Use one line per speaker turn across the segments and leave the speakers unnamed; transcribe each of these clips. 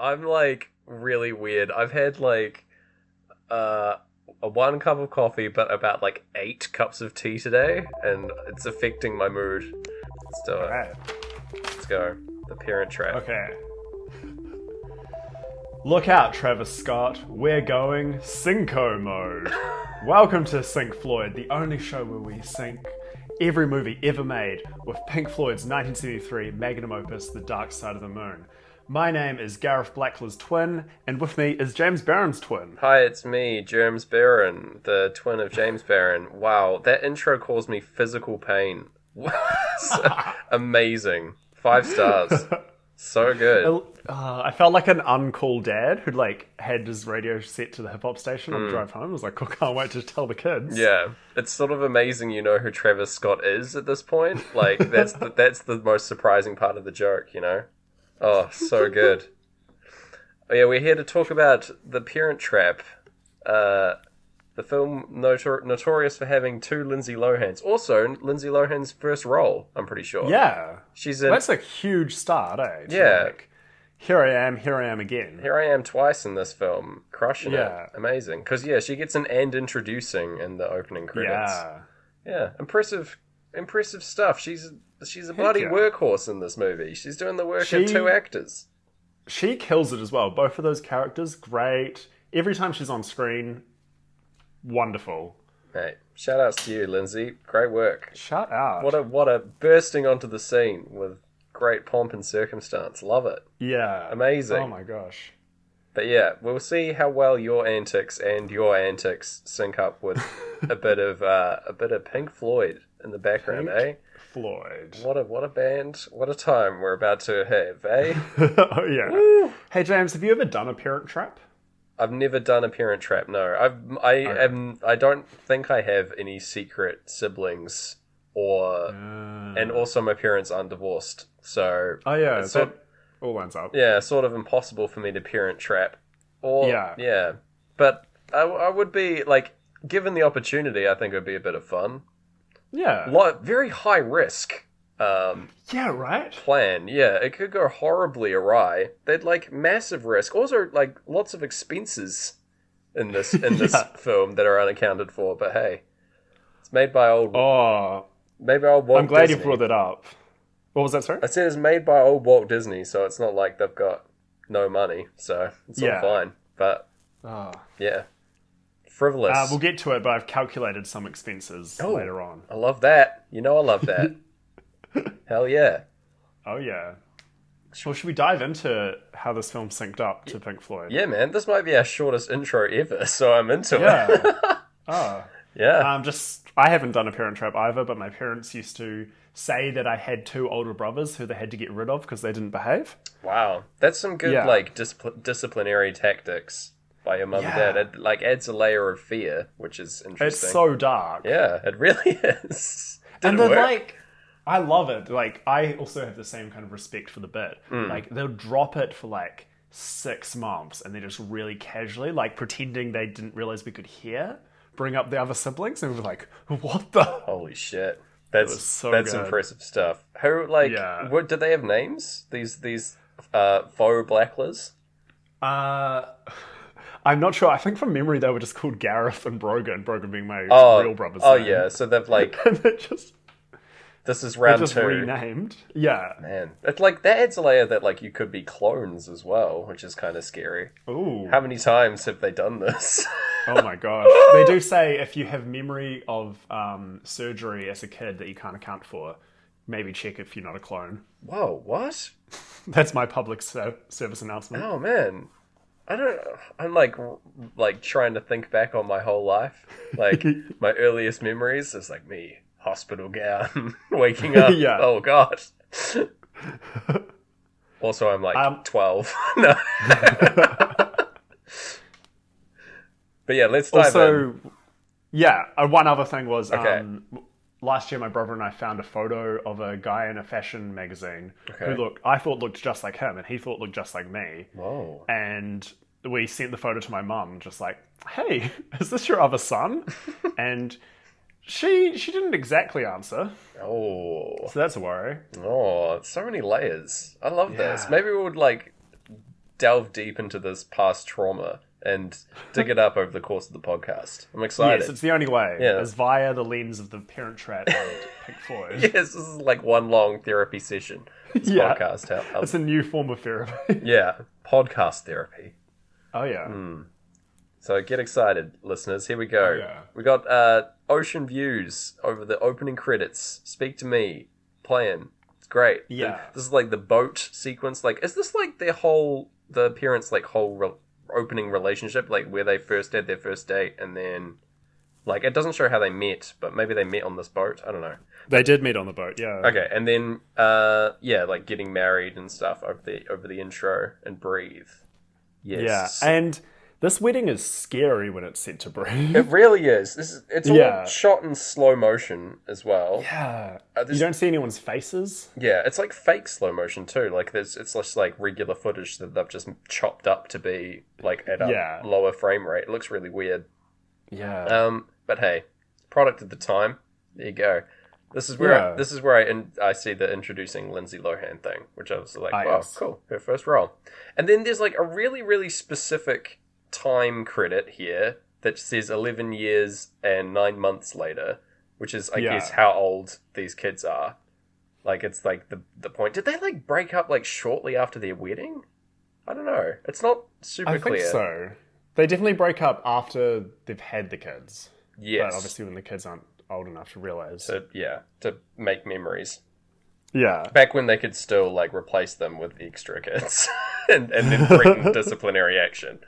I'm like really weird. I've had like uh a one cup of coffee but about like eight cups of tea today and it's affecting my mood. Let's do
All
it.
right.
Let's go. The parent trap.
Okay. Look out, Travis Scott. We're going Synco mode. Welcome to Sync Floyd, the only show where we sync every movie ever made with Pink Floyd's 1973 magnum opus, The Dark Side of the Moon. My name is Gareth Blackley's twin, and with me is James Barron's twin.
Hi, it's me, James Barron, the twin of James Barron. Wow, that intro caused me physical pain. Amazing. Five stars. So good.
Uh, I felt like an uncool dad who'd like had his radio set to the hip hop station on the drive home. I was like, I can't wait to tell the kids.
Yeah, it's sort of amazing you know who Travis Scott is at this point. Like that's the, that's the most surprising part of the joke, you know. Oh, so good. Oh, yeah, we're here to talk about The Parent Trap. Uh the film notor- notorious for having two Lindsay Lohans. Also, Lindsay Lohan's first role, I'm pretty sure.
Yeah.
She's in
That's a huge start, eh? To,
Yeah.
like, here I am, here I am again.
Here I am twice in this film, crushing
Yeah.
it. Amazing. Because, yeah, she gets an end introducing in the opening credits.
yeah.
Yeah, impressive, impressive stuff. She's she's a bloody
yeah.
workhorse in this movie. She's doing the work
She-
of two actors.
She kills it as well. Both of those characters, great. Every time she's on screen, wonderful.
Hey, shout outs to you, Lindsay. Great work.
Shut up.
What a what a bursting onto the scene with great pomp and circumstance. Love it.
yeah.
Amazing.
Oh my gosh.
But yeah, we'll see how well your antics and your antics sync up with a bit of uh, a bit of Pink Floyd in the background, eh?
Floyd.
What a what a band! What a time we're about to have, eh?
oh, yeah. Hey, James, have you ever done a parent trap?
I've never done a parent trap. No, I've I am I don't think I have any secret siblings or
Mm.
and also my parents aren't divorced, so
Oh, yeah.
Uh, It's sort-
that all lines up.
yeah, sort of impossible for me to parent trap. Or
Yeah.
yeah, but I, I would be like given the opportunity, I think it would be a bit of fun.
Yeah.
Lot very high risk. Um,
Yeah, right?
plan. Yeah, it could go horribly awry. They'd like massive risk. Also, like lots of expenses in this in this
Yeah.
film that are unaccounted for. But hey, it's made by old
Oh,
made by old Walt.
I'm glad
Disney.
you brought that up. What was that, sorry?
I said it's made by old Walt Disney, so it's not like they've got no money, so it's
Yeah.
all fine. But
Oh.
yeah, frivolous.
Uh, we'll get to it, but I've calculated some expenses
Oh.
later on.
I love that. You know, I love that. Hell yeah.
Oh yeah. Well, should we dive into how this film synced up to Pink Floyd?
Yeah, man, this might be our shortest intro ever, so I'm into it.
Yeah. oh.
Yeah.
Um, just I haven't done a parent trap either, but my parents used to say that I had two older brothers who they had to get rid of because they didn't behave.
Wow, that's some good
Yeah.
like discipl- disciplinary tactics by your mum
Yeah.
and dad. It like adds a layer of fear, which is interesting.
It's so dark.
yeah, it really is. Did
and
it
then
work?
like I love it. Like I also have the same kind of respect for the bit.
Mm.
Like they'll drop it for like six months and they just really casually, like pretending they didn't realize we could hear, bring up the other siblings and we're like, what the
Holy shit, that's
was so
that's
good.
impressive stuff. Who like
Yeah.
what? Did they have names? These these uh, faux blacklers.
Uh, I'm not sure. I think from memory they were just called Gareth and Brogan. Brogan being my
Oh,
real brother's
oh
name.
yeah. So they've like
and they just
this is round
just
two.
renamed. Yeah.
Man, it's like that adds a layer that like you could be clones as well, which is kind of scary.
Ooh.
How many times have they done this?
Oh my gosh. they do say if you have memory of um, surgery as a kid that you can't account for, maybe check if you're not a clone.
Whoa, what?
That's my public ser- service announcement.
Oh man, I don't. I'm like like trying to think back on my whole life. Like my earliest memories is like me hospital gown, waking up.
Yeah.
Oh god. also, I'm like
Um,
twelve. no. but yeah, let's Oh, dive in.
also, yeah. Uh, one other thing was
Okay.
um, last year, my brother and I found a photo of a guy in a fashion magazine
Okay.
who looked I thought looked just like him, and he thought looked just like me.
Whoa.
And we sent the photo to my mum, just like, "Hey, is this your other son?" and she she didn't exactly answer,
Oh.
so that's a worry.
Oh, so many layers. I love this.
Yeah.
Maybe we would like delve deep into this past trauma and dig it up over the course of the podcast. I'm excited.
Yes, it's the only way.
Yeah.
Is via the lens of the Parent Trap and Pink Floyd.
Yes, this is like one long therapy session. This
Yeah.
podcast. How,
It's a new form of therapy.
yeah, podcast therapy.
oh yeah.
Mm. Hmm. So get excited, listeners. Here we go.
Yeah.
We got uh, ocean views over the opening credits. Speak to me, playing. It's great.
Yeah.
This is like the boat sequence. Like, is this like their whole the parents' like whole re- opening relationship, like where they first had their first date and then. Like it doesn't show how they met, but maybe they met on this boat. I don't know.
They did meet on the boat. Yeah.
Okay, and then uh, yeah, like getting married and stuff over the over the intro and breathe. Yes.
Yeah. And this wedding is scary when it's set to breathe.
It really is. This is it's all
Yeah.
shot in slow motion as well. Yeah.
yeah.
this-
you don't see anyone's faces.
it's like fake slow motion too. Like there's it's just like regular footage that they've just chopped up to be like at a
Yeah.
lower frame rate. It looks really weird.
Yeah.
Um, but hey, product of the time. There you go. This is where I,
Yeah.
this is where I in, I see the introducing Lindsay Lohan thing, which I was like,
Ah,
wow,
yes.
cool, her first role. And then there's like a really really specific time credit here that says eleven years and nine months later, which is I
Yeah.
guess how old these kids are. Like it's like the the point. Did they like break up like shortly after their wedding? I don't know. It's not super
I
clear.
think so. They definitely break up after they've had the kids.
Yes.
But obviously when the kids aren't old enough to realize.
to yeah to make memories.
yeah.
back when they could still like replace them with extra kids and, and then threaten disciplinary action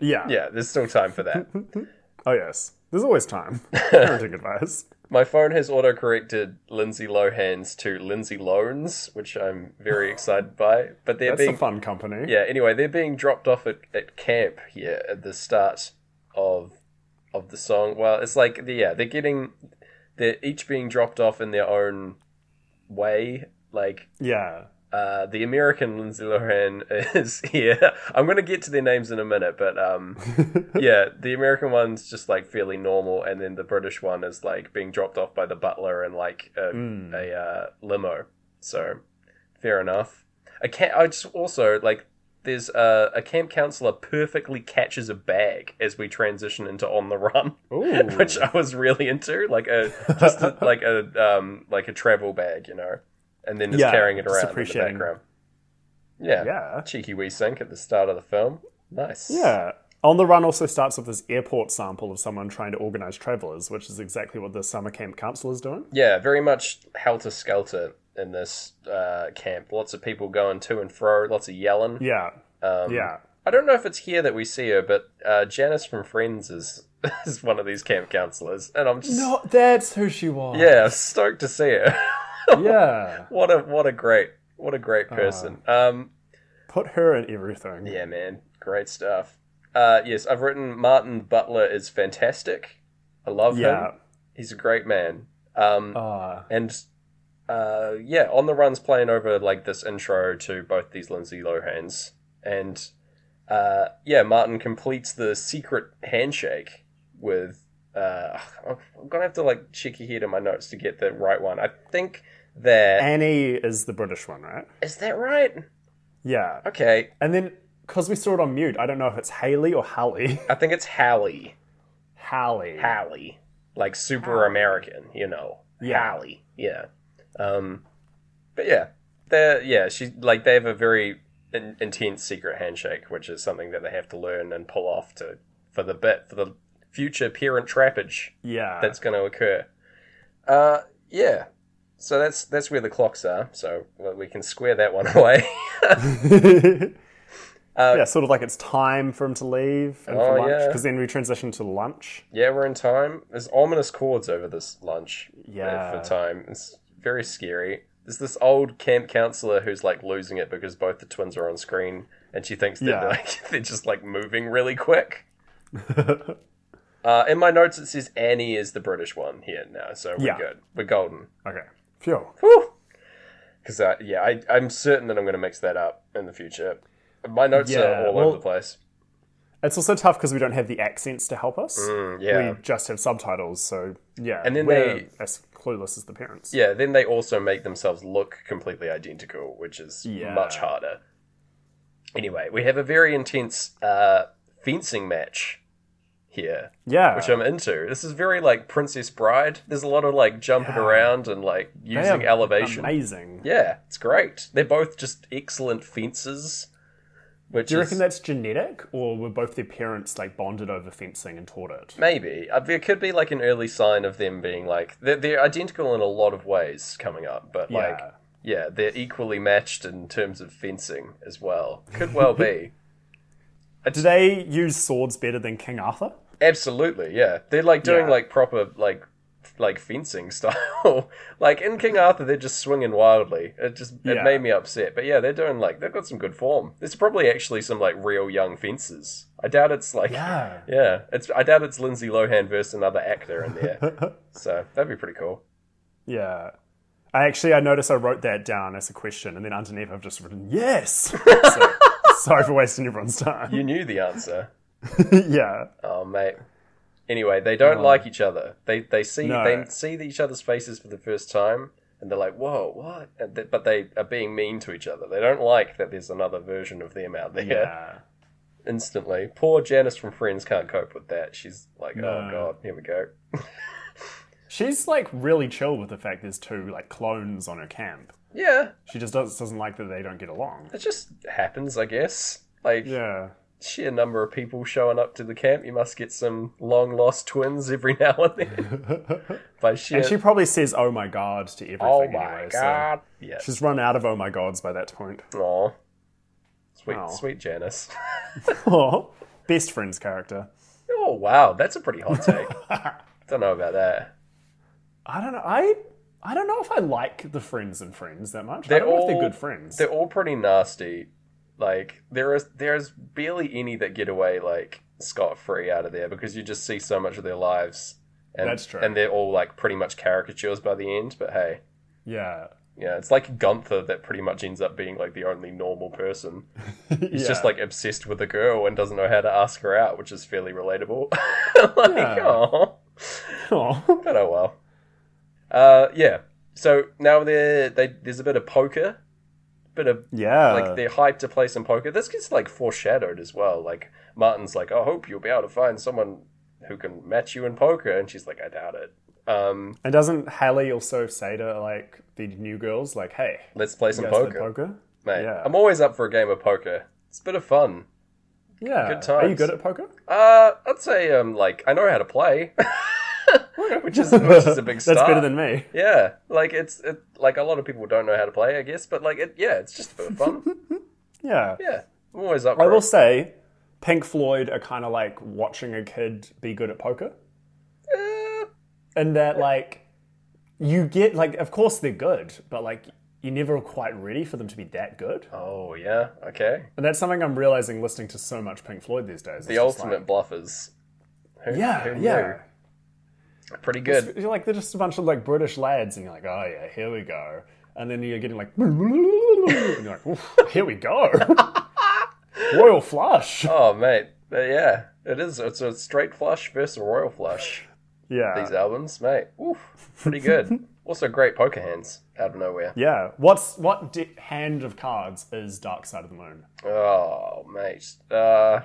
Yeah.
yeah there's still time for that
Oh yes. There's always time. Parenting advice.
my phone has auto-corrected lindsay lohan's to lindsay loans which i'm very excited by but they're
That's
being
a fun company.
yeah anyway they're being dropped off at, at camp here at the start of of the song well it's like yeah they're getting they're each being dropped off in their own way like
Yeah.
Uh, the American Lindsay Lohan is here. I'm going to get to their names in a minute, but um, yeah, the American one's just like fairly normal, and then the British one is like being dropped off by the butler in like a,
Mm.
a uh, limo. So fair enough. A ca- I just also like there's uh, a camp counselor perfectly catches a bag as we transition into on the run
Ooh.
which I was really into, like a just a, like a um like a travel bag, you know, and then just
Yeah,
carrying it
just
around in the
appreciating-
background. Yeah.
yeah.
cheeky wee sink at the start of the film. Nice.
Yeah. On the Run also starts with this airport sample of someone trying to organize travelers, which is exactly what the summer camp council is doing.
yeah, very much helter skelter in this uh, camp. Lots of people going to and fro, lots of yelling.
Yeah.
Um,
yeah.
I don't know if it's here that we see her, but uh, Janice from Friends is is one of these camp counselors, and I'm just
No, that's who she was.
yeah stoked to see her.
Yeah.
what a what a great what a
Uh.
great person. um,
Put her in everything.
Yeah, man, great stuff. Uh, yes, I've written Martin Butler is fantastic. I love
Yeah.
him. He's a great man. Um,
Ah.
and uh, yeah, on the runs playing over like this intro to both these Lindsay Lohan's, and uh, yeah, Martin completes the secret handshake with. Uh, I'm gonna have to like check ahead in my notes to get the right one. I think that
Annie is the British one, right?
is that right.
Yeah.
Okay,
And then, because we saw it on mute, I don't know if it's Haley or Hallie.
I think it's Hallie.
Hallie.
Hallie, like super American, you know.
Yeah.
Hallie, yeah. Um, but yeah, they yeah, she like they have a very in- intense secret handshake, which is something that they have to learn and pull off to for the bit for the future parent trappage
yeah.
that's going to occur. Uh, yeah. So that's that's where the clocks are. So well, we can square that one away.
yeah, sort of like it's time for him to leave and
Uh, Oh,
for lunch,
yeah.
because then we transition to lunch.
yeah, we're in time. There's ominous chords over this lunch.
Yeah.
for time. It's very scary. There's this old camp counselor who's like losing it because both the twins are on screen, and she thinks that
Yeah.
like they're just like moving really quick. uh, in my notes, it says Annie is the British one here now, so we're
Yeah.
good. We're golden.
Okay. Phew.
Because uh, yeah, I, I'm certain that I'm going to mix that up in the future. My notes
Yeah,
are all
well-
over the place.
It's also tough because we don't have the accents to help us.
Mm, yeah,
We just have subtitles, so yeah.
And then
we're
they-
as clueless as the parents.
yeah. Then they also make themselves look completely identical, which is
Yeah.
much harder. Anyway, we have a very intense uh, fencing match here,
Yeah.
which I'm into. This is very like Princess Bride. There's a lot of like jumping
Yeah.
around and like
They
using
are
elevation.
Amazing.
Yeah, it's great. They're both just excellent fences. Which
Do you
is,
reckon that's genetic, or were both their parents like bonded over fencing and taught it?
Maybe. Uh, There could be like an early sign of them being like they're, they're identical in a lot of ways coming up, but like
Yeah.
yeah, they're equally matched in terms of fencing as well. Could well be.
Do they use swords better than King Arthur?
Absolutely, yeah. They're like doing
Yeah.
like proper like like fencing style. like in King Arthur, they're just swinging wildly. It just it
Yeah.
made me upset. But yeah, they're doing like they've got some good form. There's probably actually some like real young fences. I doubt it's like
Yeah.
yeah, it's I doubt it's Lindsay Lohan versus another actor in there. so that'd be pretty cool.
Yeah. I actually I noticed I wrote that down as a question, and then underneath I've just written yes. So, sorry for wasting everyone's time.
You knew the answer.
yeah.
Oh mate. Anyway, they don't like each other. They they see
No.
they see each other's faces for the first time, and they're like, "Whoa, what?" And th- but they are being mean to each other. They don't like that there's another version of them out there.
Yeah.
Instantly, poor Janice from Friends can't cope with that. She's like, "Oh
No.
God, here we go."
She's like really chill with the fact there's two like clones on her camp.
Yeah,
She just does, doesn't like that they don't get along.
it just happens, I guess. Like
Yeah.
sheer number of people showing up to the camp, you must get some long lost twins every now and then. By sheer,
And she probably says "Oh my god" to everything.
oh my
anyway, so-
God, yeah.
She's run out of oh my gods by that point.
Aw. Sweet,
Aw.
sweet Janice.
Oh, best friend's character.
oh, wow. That's a pretty hot take. Don't know about that.
I don't know. I I don't know if I like the friends and friends that much.
They're
I don't know if
all-
they're good friends.
They're all pretty nasty. Like, there is there's barely any that get away, like, scot free out of there because you just see so much of their lives. And,
That's true.
And they're all, like, pretty much caricatures by the end, but hey.
Yeah.
Yeah, it's like Gunther that pretty much ends up being, like, the only normal person. He's
Yeah.
just, like, obsessed with a girl and doesn't know how to ask her out, which is fairly relatable. like,
Yeah.
aw.
Oh.
But oh well. Uh, yeah. So now they're, they there's a bit of poker, bit of
Yeah.
like they're hyped to play some poker. This gets like foreshadowed as well. Like Martin's like, I hope you'll be able to find someone who can match you in poker, and she's like, I doubt it. Um,
and doesn't Haley also say to like the new girls like, "Hey,
let's play some
you guys play
poker,
poker?
mate.
Yeah.
I'm always up for a game of poker. It's a bit of fun.
Yeah.
Good
Are you
times.
good at poker?
Uh, I'd say um, like I know how to play, which is which is a big start.
That's better than me.
Yeah, like it's it, like a lot of people don't know how to play, I guess, but like it, yeah, it's just for fun.
Yeah.
yeah, I'm always up.
I
for
will
it.
say, Pink Floyd are kind of like watching a kid be good at poker.
Uh,
and that like you get like of course they're good but like you're never quite ready for them to be that good
oh yeah, okay.
and that's something i'm realizing listening to so much pink floyd these days
The ultimate bluffers. Who,
yeah
who
yeah
knew? pretty good.
It's like they're just a bunch of like british lads and you're like oh yeah here we go and then you're getting like and you're like "Oof, here we go royal flush
Oh mate, but yeah, it is. It's a straight flush versus a royal flush.
yeah
These albums, mate. Oof, pretty good. also great poker hands out of nowhere.
yeah what's what di- hand of cards is dark side of the moon
Oh mate, uh,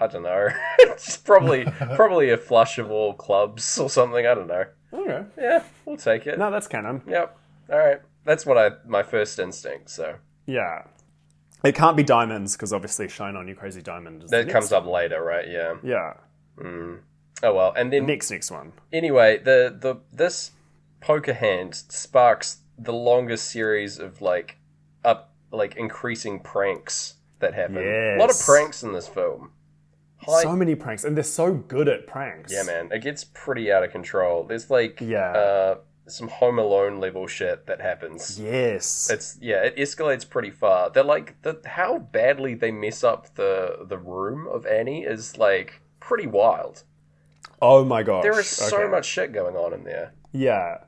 I don't know. it's probably probably a flush of all clubs or something. I don't know.
okay
Yeah, we'll take it.
no that's canon
Yep. All right. That's what I my first instinct. So
Yeah. It can't be diamonds because obviously shine on you crazy diamond is the
that
next-
comes up later, right? Yeah.
Yeah.
Oh well. And then
Next next one.
anyway, the the this poker hand sparks the longest series of like up like increasing pranks that happen. A lot of
Yes.
pranks in this film. Hi-
So many pranks and they're so good at pranks.
yeah, man. It gets pretty out of control. There's like
Yeah.
uh, some Home Alone level shit that happens.
Yes.
It's yeah, it escalates pretty far. They're like the how badly they mess up the the room of Annie is like pretty wild.
oh my gosh.
There is so
Okay.
much shit going on in there.
Yeah.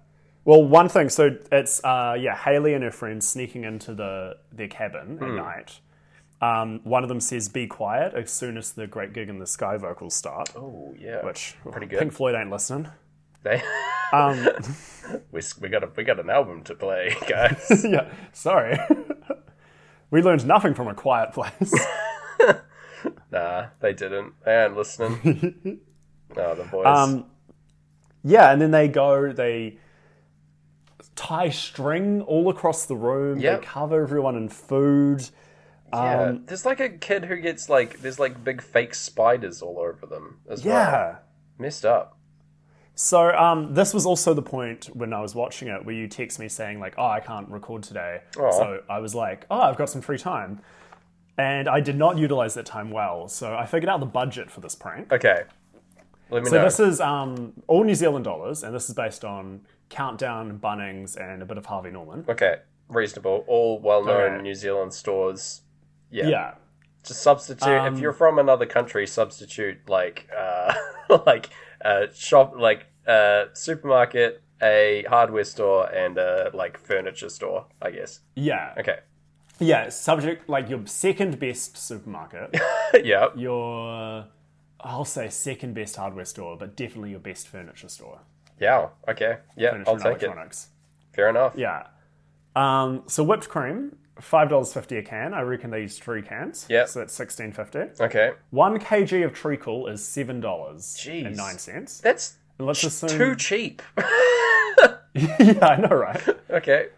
Well, one thing. So it's uh, yeah, Haley and her friends sneaking into the their cabin
Hmm.
at night. Um, one of them says, "Be quiet." As soon as the great gig in the sky vocals start,
Oh yeah,
which
pretty good.
Pink Floyd ain't listening.
They-
Um,
we s- we got a we got an album to play, guys.
yeah, sorry. We learned nothing from A Quiet Place.
Nah, they didn't. They aren't listening. oh, the boys.
Um, yeah, and then they go, they tie string all across the room.
Yep.
They cover everyone in food.
yeah.
um,
there's like a kid who gets like there's like big fake spiders all over them as well.
Yeah.
Messed up.
So um, this was also the point when I was watching it where you text me saying like, "Oh, I can't record today."
Aw.
So I was like, "Oh, I've got some free time," and I did not utilize that time well. So I figured out the budget for this prank.
Okay. Let me
So
know.
this is um, all New Zealand dollars, and this is based on Countdown, Bunnings, and a bit of Harvey Norman.
Okay. Reasonable. All well known
Okay.
New Zealand stores. Yeah.
Yeah,
Just substitute
Um,
if you're from another country, substitute like uh like a shop like a supermarket, a hardware store and a like furniture store, I guess.
yeah,
Okay.
yeah. Subject like your second best supermarket,
yeah.
your I'll say second best hardware store, but definitely your best furniture store.
Yeah. Okay. Yeah,
Furniture
I'll
and
take it.
electronics.
Fair enough.
Yeah. Um, so whipped cream, five dollars fifty a can. I reckon they used three cans.
Yep.
So that's sixteen fifty.
Okay.
One kg of treacle is seven dollars and nine cents.
That's
And let's assume
too cheap.
Yeah, I know, right?
okay.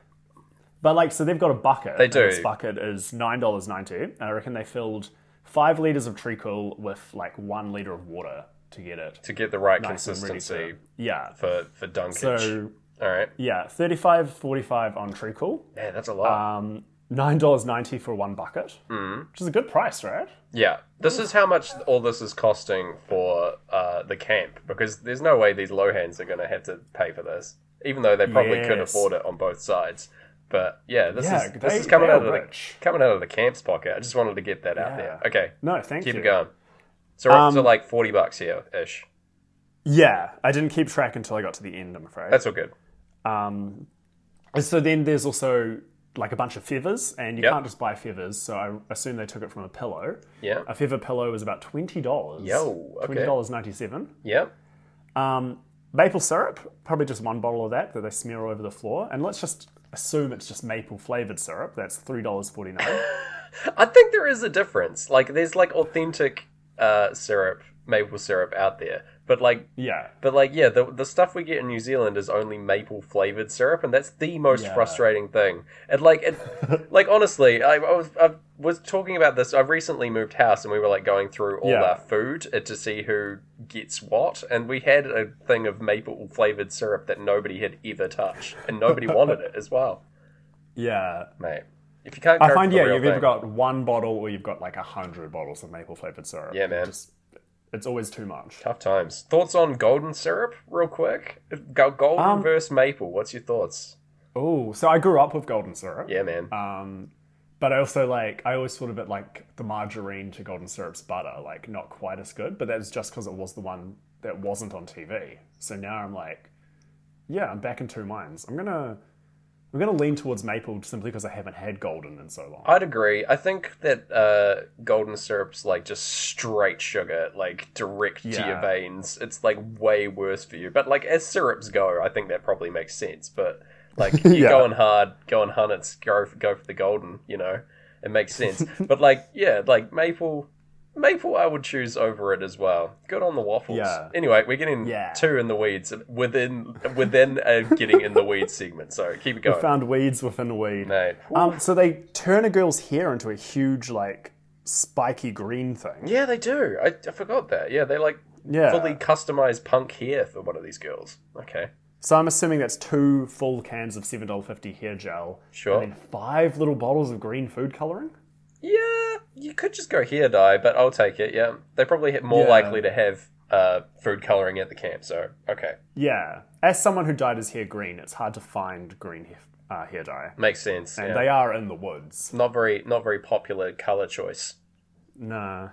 But like so they've got a bucket.
They do.
This bucket is nine dollars ninety. And I reckon they filled five liters of treacle with like one liter of water to get it.
To get the right
It's really
consistency
good. Yeah.
for for dunkage.
So
All right.
yeah, thirty-five forty-five on treacle.
Yeah, that's a lot.
Um, nine dollars ninety for one bucket,
Mm.
which is a good price, right?
yeah. This is how much all this is costing for uh, the camp because there's no way these Lohans are going to have to pay for this, even though they probably could
Yes.
afford it on both sides. But yeah, this
Yeah,
is this
they-
is coming
they
out
are
of
rich.
the coming out of the camp's pocket. I just wanted to get that out there.
Yeah. Um,
Okay,
No, thank
keep
you.
it going. So we're up to like forty bucks here ish.
Yeah, I didn't keep track until I got to the end, I'm afraid.
That's all good.
Um, and so then there's also like a bunch of feathers, and you
Yep.
can't just buy feathers, so I assume they took it from a pillow.
Yeah.
A feather pillow is about $20.
Yo, okay.
$20.97.
Yeah.
Um, maple syrup, probably just one bottle of that that they smear all over the floor. And let's just assume it's just maple flavored syrup. That's $3.49.
I think there is a difference. Like there's like authentic uh syrup, maple syrup out there. But like
yeah.
but like yeah, the the stuff we get in New Zealand is only maple flavored syrup and that's the most
Yeah.
frustrating thing. And like it like honestly, I, I was I was talking about this. I've recently moved house and we were like going through all
Yeah.
our food uh, to see who gets what and we had a thing of maple flavored syrup that nobody had ever touched and nobody wanted it as well.
Yeah.
Mate. If you can't
I
go
find
for the
yeah,
real
you've
thing,
either got one bottle or you've got like a hundred bottles of maple flavored syrup.
Yeah,
It
man.
just- it's always too much.
Tough times. Thoughts on golden syrup, real quick? Go- Golden
Um,
versus maple. What's your thoughts?
Oh, so I grew up with golden syrup,
Yeah, man.
Um, but I also like I always thought of it like the margarine to golden syrup's butter, like not quite as good. But that was just because it was the one that wasn't on TV. So now I'm like, yeah, I'm back in two minds. I'm gonna I'm gonna lean towards maple simply because I haven't had golden in so long.
I'd agree. I think that uh, golden syrup's like just straight sugar, like direct to your
Yeah.
veins. It's like way worse for you. But like as syrups go, I think that probably makes sense. But like you're
Yeah.
going hard, going hunnets, go go for the golden. You know, it makes sense. but like yeah, like maple. Maple, I would choose over it as well. Good on the waffles.
Yeah.
Anyway, we're getting
Yeah.
two in the weeds within within a getting in the weeds segment. So keep it going,
Found weeds within weed.
mate.
Um, so they turn a girl's hair into a huge, like, spiky green thing.
Yeah, they do. I, I forgot that. Yeah, they like
Yeah.
fully customized punk hair for one of these girls. Okay,
So I'm assuming that's two full cans of seven dollar fifty hair gel,
sure.
and five little bottles of green food coloring.
yeah, you could just go hair dye, but I'll take it. Yeah, they're probably hit- more
Yeah.
likely to have uh, food coloring at the camp. So okay,
Yeah. As someone who dyed his hair green, it's hard to find green hair, uh, hair dye,
makes sense.
and
yeah.
they are in the woods.
not very not very popular color choice,
Nah,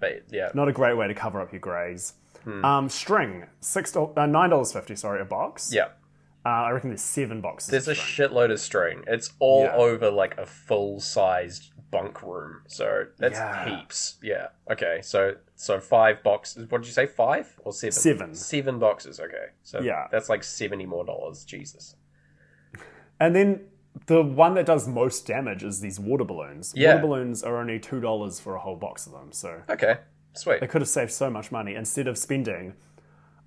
but yeah,
not a great way to cover up your greys.
Hmm.
Um, string six dollars, uh, nine dollars fifty. Sorry, a box.
yeah.
Uh, I reckon there's seven boxes.
There's a shitload of string. It's all
Yeah.
over like a full sized bunk room. So that's
Yeah.
heaps. Yeah. Okay. So so five boxes. What did you say? Five or seven?
Seven.
Seven boxes. Okay. So
Yeah.
that's like seventy more dollars. Jesus.
And then the one that does most damage is these water balloons.
Yeah.
Water balloons are only two dollars for a whole box of them, so
Okay, sweet.
they could have saved so much money instead of spending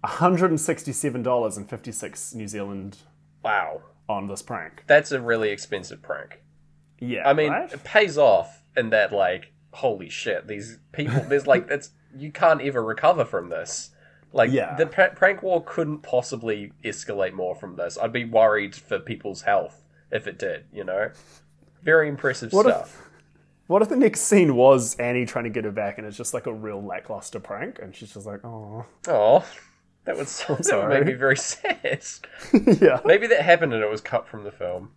hundred and sixty-seven dollars and fifty-six New Zealand
Wow,
on this prank.
that's a really expensive prank.
Yeah,
I mean,
right?
it pays off in that like, holy shit, these people. There's like, it's you can't ever recover from this. Like
Yeah.
the pr- prank war couldn't possibly escalate more from this. I'd be worried for people's health if it did. You know, very impressive
What if-
stuff.
What if the next scene was Annie trying to get her back, and it's just like a real lackluster prank, and she's just like, "Oh,
Oh, that would that would
sorry.
make me very sad.
yeah,
Maybe that happened and it was cut from the film.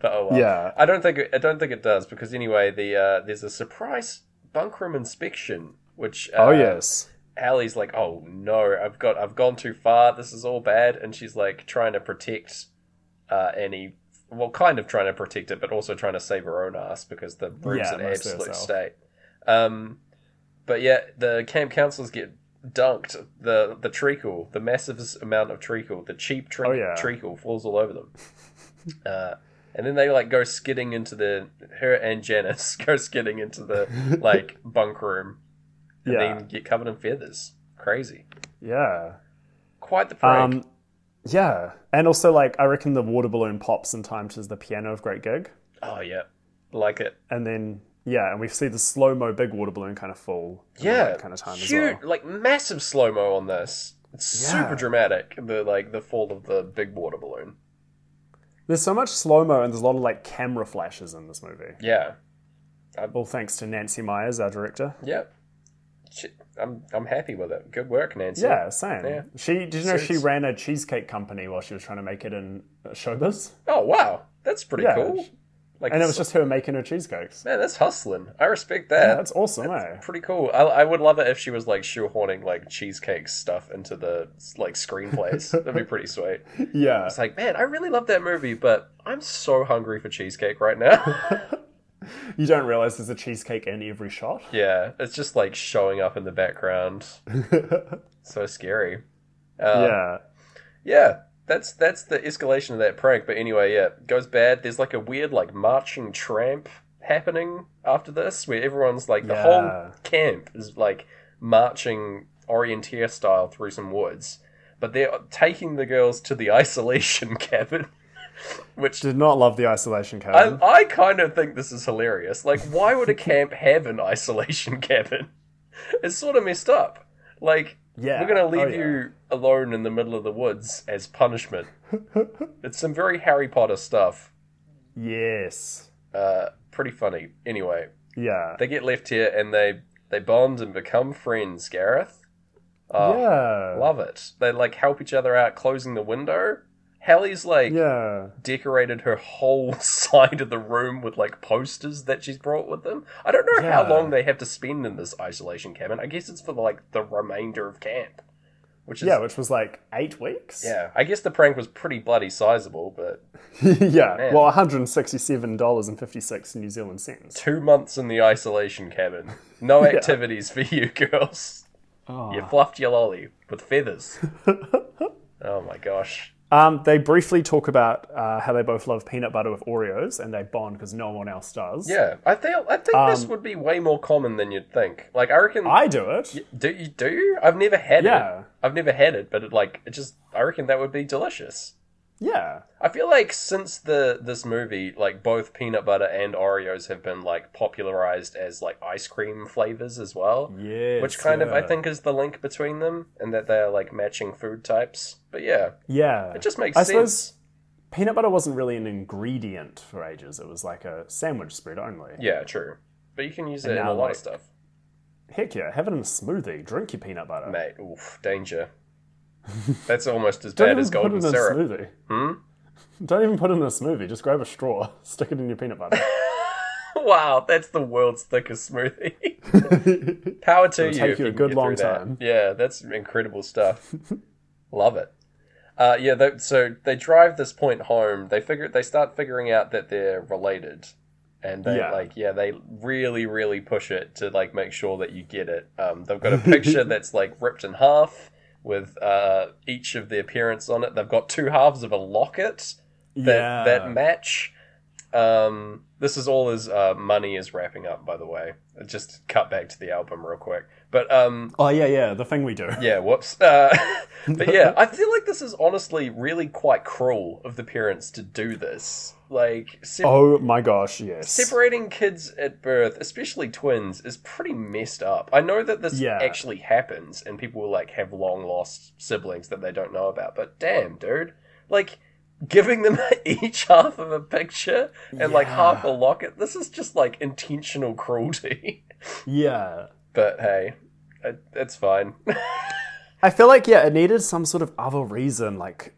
But oh well.
Yeah.
I don't think it, I don't think it does because anyway, the uh, there's a surprise bunkroom inspection which uh,
oh yes,
Allie's like, "Oh no, I've got I've gone too far. This is all bad." And she's like trying to protect uh, Annie well, kind of trying to protect it, but also trying to save her own ass because the room's
Yeah,
in an
mostly
absolute
herself.
state. Um, but yeah, the camp counselors get dunked. The the treacle, the massive amount of treacle, the cheap tre-
Oh, yeah.
treacle falls all over them. uh, and then they like go skidding into the her and Janice go skidding into the like bunk room and
yeah,
then get covered in feathers. Crazy.
yeah."
Quite the prank.
Um, yeah, and also like I reckon the water balloon pops in time to the piano of Great Gig,
oh yeah, like it.
and then yeah, and we see the slow mo big water balloon kind of fall. at the
Yeah,
right kind of time
huge,
as well.
like massive slow mo on this. It's
Yeah.
super dramatic. The like the fall of the big water balloon.
There's so much slow mo, and there's a lot of like camera flashes in this movie.
Yeah,
All thanks to Nancy Myers, our director.
yep. Shit, I'm I'm happy with it. Good work, Nancy.
Yeah, same.
Yeah.
She did you know she
Serious.
ran a cheesecake company while she was trying to make it in uh, showbiz,
Oh wow, that's pretty
Yeah.
cool. Like,
and it was just her making her cheesecakes.
man, that's hustling. I respect that.
That's awesome, eh?
pretty cool. I, I would love it if she was like shoehorning like cheesecake stuff into the like screenplays. That'd be pretty sweet.
Yeah,
It's like, man, I really love that movie, but I'm so hungry for cheesecake right now.
you don't realize there's a cheesecake in every shot.
yeah, it's just like showing up in the background. so scary. Uh,
yeah,
yeah, that's that's the escalation of that prank. But anyway, yeah, goes bad. There's like a weird like marching tramp happening after this, where everyone's like the
Yeah.
whole camp is like marching orienteer style through some woods, but they're taking the girls to the isolation cabin, which
did not love the isolation
I,
cabin.
I kind of think this is hilarious. Like, why would a camp have an isolation cabin? It's sort of messed up. Like,
Yeah,
we're going to
oh,
leave
yeah.
you alone in the middle of the woods as punishment. it's some very Harry Potter stuff.
Yes.
Uh, pretty funny. Anyway,
Yeah.
they get left here and they they bond and become friends. Gareth, oh,
yeah.
love it. They like help each other out, closing the window. Hallie's like
yeah.
decorated her whole side of the room with like posters that she's brought with them. I don't know how
Yeah.
long they have to spend in this isolation cabin. I guess it's for like the remainder of camp, which is
Yeah, which was like eight weeks.
yeah. I guess the prank was pretty bloody sizable, but
yeah.
Man.
Well, $167.56 New Zealand cents.
two months in the isolation cabin, no activities for you girls. You fluffed your lolly with feathers. oh my gosh.
Um, they briefly talk about uh, how they both love peanut butter with Oreos and they bond because no one else does.
Yeah, I feel I think this
Um,
would be way more common than you'd think. Like I reckon
I do it.
Do you do you? I've never had
Yeah.
it. I've never had it, but it like it just I reckon that would be delicious.
Yeah.
I feel like since the this movie, like both peanut butter and Oreos have been like popularized as like ice cream flavors as well.
Yes,
Which kind of I
yeah.
think is the link between them and that they are like matching food types. But yeah,
Yeah.
it just makes
I
sense.
suppose peanut butter wasn't really an ingredient for ages. It was like a sandwich spread only.
Yeah, true. But you can use it
And
in a
now,
lot
like-
of stuff.
Heck yeah, have it in a smoothie. Drink your peanut butter.
Mate, oof, danger. That's almost as
Don't
bad
even
as golden
put it in
syrup. Hmm?
a smoothie. Don't even put it in a smoothie. Just grab a straw, stick it in your peanut butter.
Wow, that's the world's thickest smoothie. Power to you.
take
if
you a
can
good
get
long
through that.
time.
Yeah, that's incredible stuff. Love it. Uh, yeah, tho- so they drive this point home. They figure they start figuring out that they're related, and they
Yeah.
like yeah they really really push it to like make sure that you get it. Um, they've got a picture that's like ripped in half with uh, each of their parents on it. They've got two halves of a locket that
yeah.
that match. Um, this is all as uh, money is wrapping up, by the way. Just cut back to the album real quick. But um,
Oh yeah, yeah, the thing we do.
yeah, whoops. Uh, but yeah, I feel like this is honestly really quite cruel of the parents to do this. Like, se-
Oh my gosh, yes.
separating kids at birth, especially twins, is pretty messed up. I know that this
Yeah.
actually happens, and people will like have long lost siblings that they don't know about. But damn, dude, like giving them each half of a picture and like
Yeah.
half a locket. This is just like intentional cruelty.
Yeah.
but hey, it, it's fine.
I feel like yeah, it needed some sort of other reason, like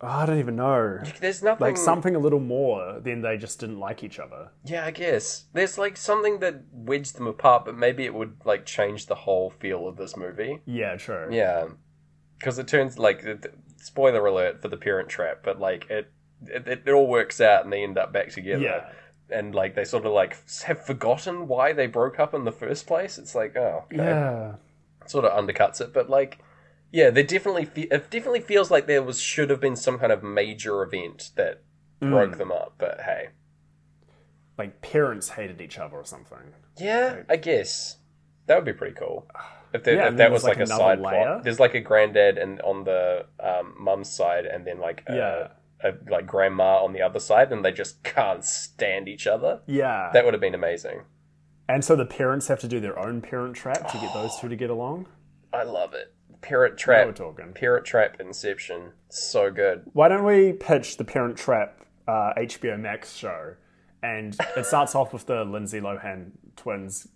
I don't even know.
There's nothing.
Like something a little more than they just didn't like each other.
Yeah, I guess there's like something that wedged them apart, but maybe it would like change the whole feel of this movie.
Yeah, true.
Yeah, because it turns like th- th- spoiler alert for the Parent Trap, but like it, it it all works out and they end up back together.
Yeah.
and like they sort of like f- have forgotten why they broke up in the first place. It's like oh, okay.
Yeah.
sort of undercuts it, but like. Yeah, they definitely fe- it definitely feels like there was should have been some kind of major event that
Hmm.
broke them up, but hey,
Mm. Like parents hated each other or something.
Yeah, I guess that would be pretty cool. If, there,
Yeah,
if
and
that
then
was
there's,
like,
like,
a
another
side
layer.
plot, there's like a granddad and on the um, mum's side, and then like a,
Yeah.
a like grandma on the other side, and they just can't stand each other.
Yeah.
That would have been amazing.
and so the parents have to do their own parent trap to get those two to get along.
I love it. Parrot
Now we're
trap,
talking.
parrot trap, Inception, so good.
Why don't we pitch the Parent Trap uh, HBO Max show? And it starts off with the Lindsay Lohan twins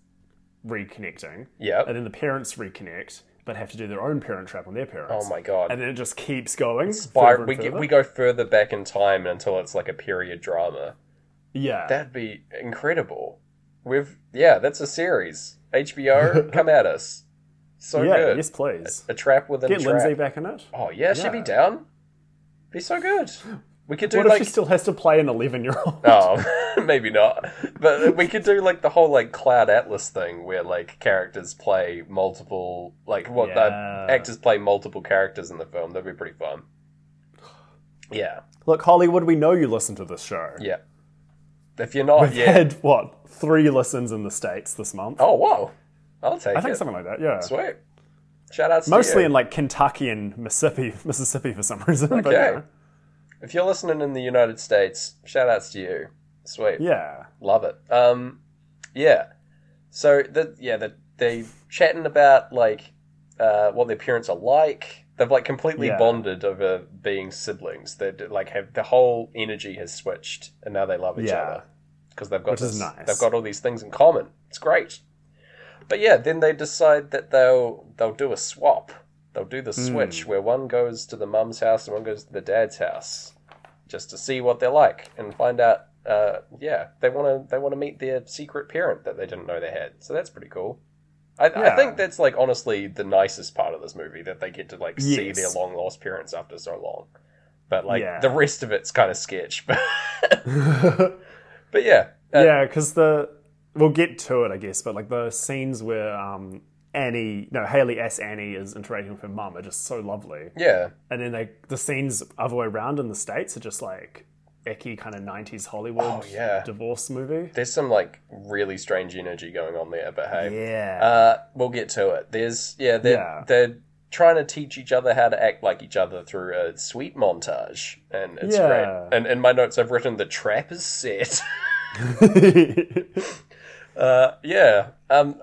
reconnecting, and
Yep.
then the parents reconnect, but have to do their own Parent Trap on their parents.
Oh my god.
And then it just keeps going.
Fire-
further and
we get,
further.
we go further back in time until it's like a period drama.
yeah.
That'd be incredible. We've yeah, that's a series. HBO, come at us. So
yeah.
good.
Yes, please.
A trap within
Get
a trap.
Lindsay back in it.
Oh yeah, she'd be
Yeah.
down. Be so good. We could do
What
like
if she still has to play an 11 year old?
oh, maybe not. But we could do like the whole like Cloud Atlas thing where like characters play multiple like what
Yeah.
the actors play multiple characters in the film. That'd be pretty fun. Yeah,
Look, Hollywood, we know you listen to this show.
yeah. If you're not
We've
yet,
had, what, three listens in the States this month?
oh wow, I'll take
I think
it.
something like that, yeah.
Sweet. Shout out to
Mostly
you.
in like Kentucky and Mississippi, Mississippi for some reason. But
Okay.
yeah.
if you're listening in the United States, shout outs to you. Sweet.
yeah,
Love it. Um yeah. So the yeah, the they chatting about like uh what their parents are like. They've like completely
Yeah.
bonded over being siblings. They d- like have the whole energy has switched and now they love each
Yeah.
other. Because they've got
Which
this-
is nice.
they've got all these things in common. It's great. But yeah, then they decide that they'll they'll do a swap. They'll do
Hmm.
the switch where one goes to the mum's house and one goes to the dad's house, just to see what they're like and find out. Uh, yeah, they want to they want to meet their secret parent that they didn't know they had. So that's pretty cool. I, I
Yeah.
think that's like honestly the nicest part of this movie that they get to like see
Yes.
their long lost parents after so long. But like
Yeah.
the rest of it's kind of sketch. But but yeah, uh,
yeah, because the we'll get to it, I guess. But like the scenes where um, Annie, no, Haley S. Annie is interacting with her mum are just so lovely,
yeah.
and then like the scenes other way around in the states are just like icky kind of '90s Hollywood
Oh, yeah.
divorce movie.
There's some like really strange energy going on there. But hey,
Yeah,
Uh, we'll get to it. There's yeah, they're
Yeah.
they're trying to teach each other how to act like each other through a sweet montage, and it's
Yeah.
great. And in my notes, I've written the trap is set. uh, yeah. Um.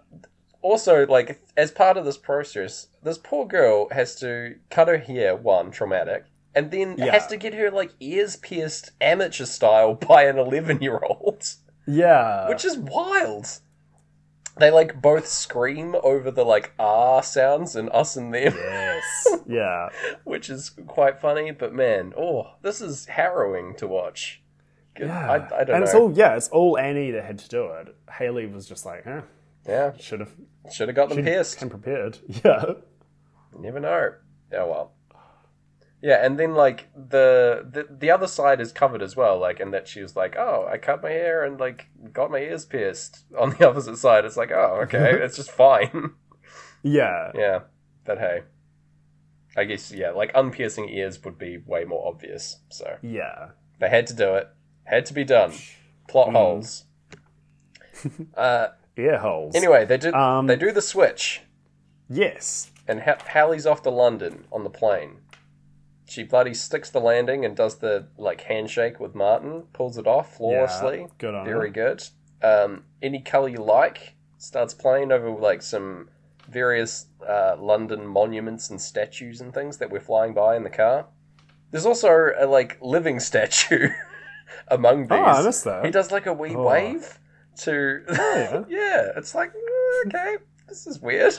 Also, like as part of this process, this poor girl has to cut her hair. One traumatic. And then
Yeah.
has to get her like ears pierced amateur style by an eleven year old
yeah,
which is wild. They like both scream over the like ah sounds and us and them,
yes, yeah.
which is quite funny. But man, oh, this is harrowing to watch. Good-
Yeah.
I, I don't
and
know.
it's all yeah, it's all Annie that had to do it. Haley was just like, eh,
yeah,
should have
should have got them pierced.
been prepared. Yeah.
You never know. Oh well. Yeah, and then like the, the the other side is covered as well. Like, and that she was like, "Oh, I cut my hair and like got my ears pierced." On the opposite side, it's like, "Oh, okay, it's just fine."
Yeah.
Yeah, but hey. I guess, yeah, like unpiercing ears would be way more obvious, so
Yeah.
they had to do it. Had to be done. Plot
Mm.
holes. uh,
Ear holes.
anyway, they do
Um,
they do the switch,
Yes.
and ha- Hallie's off to London on the plane. She bloody sticks the landing and does the like handshake with Martin, pulls it off flawlessly.
Yeah, good on
very
her.
good. Um, any color you like starts playing over like some various uh, London monuments and statues and things that we're flying by in the car. There's also a like living statue among these.
Oh, I missed that.
He does like a wee
Oh.
wave to
yeah.
yeah. It's like mm, okay, this is weird.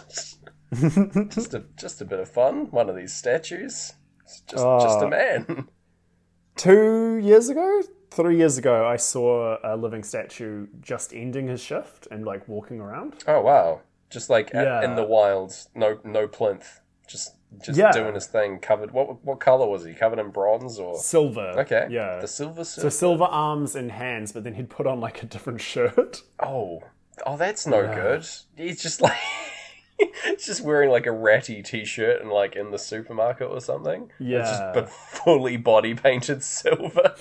just a just a bit of fun. One of these statues. It's Just just a
Oh.
man.
Two years ago, three years ago, I saw a living statue just ending his shift and like walking around.
Oh wow! Just like a-
Yeah.
in the wilds, no no plinth, just just
Yeah.
doing his thing. Covered. What what color was he? Covered in bronze or
Silver.
okay?
Yeah.
the silver.
so
silver.
silver arms and hands, but then he'd put on like a different shirt.
oh oh, that's no good. He's just like. It's just wearing like a ratty t-shirt and like in the supermarket or something. It's
Yeah.
just but fully body painted silver.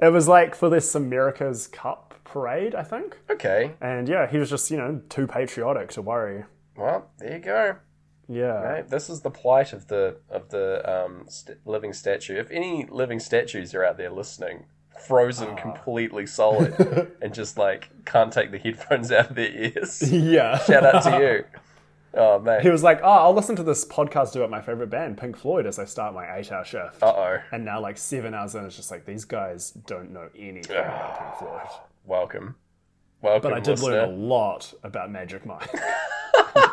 It was like for this America's Cup parade, I think.
Okay.
And yeah, he was just, you know, too patriotic to worry.
Well, there you go.
Yeah.
Right, this is the plight of the of the um, st- living statue. If any living statues are out there listening, frozen
Ah.
completely solid, and just like can't take the headphones out of their ears,
Yeah.
shout out to you. Oh mate,
He was like, oh, I'll listen to this podcast about my favorite band, Pink Floyd, as I start my eight hour shift.
uh oh,
And now, like, seven hours in, it's just like, these guys don't know anything
Ah.
about Pink Floyd.
welcome, welcome.
But I did
listener.
learn a lot about Magic Mike.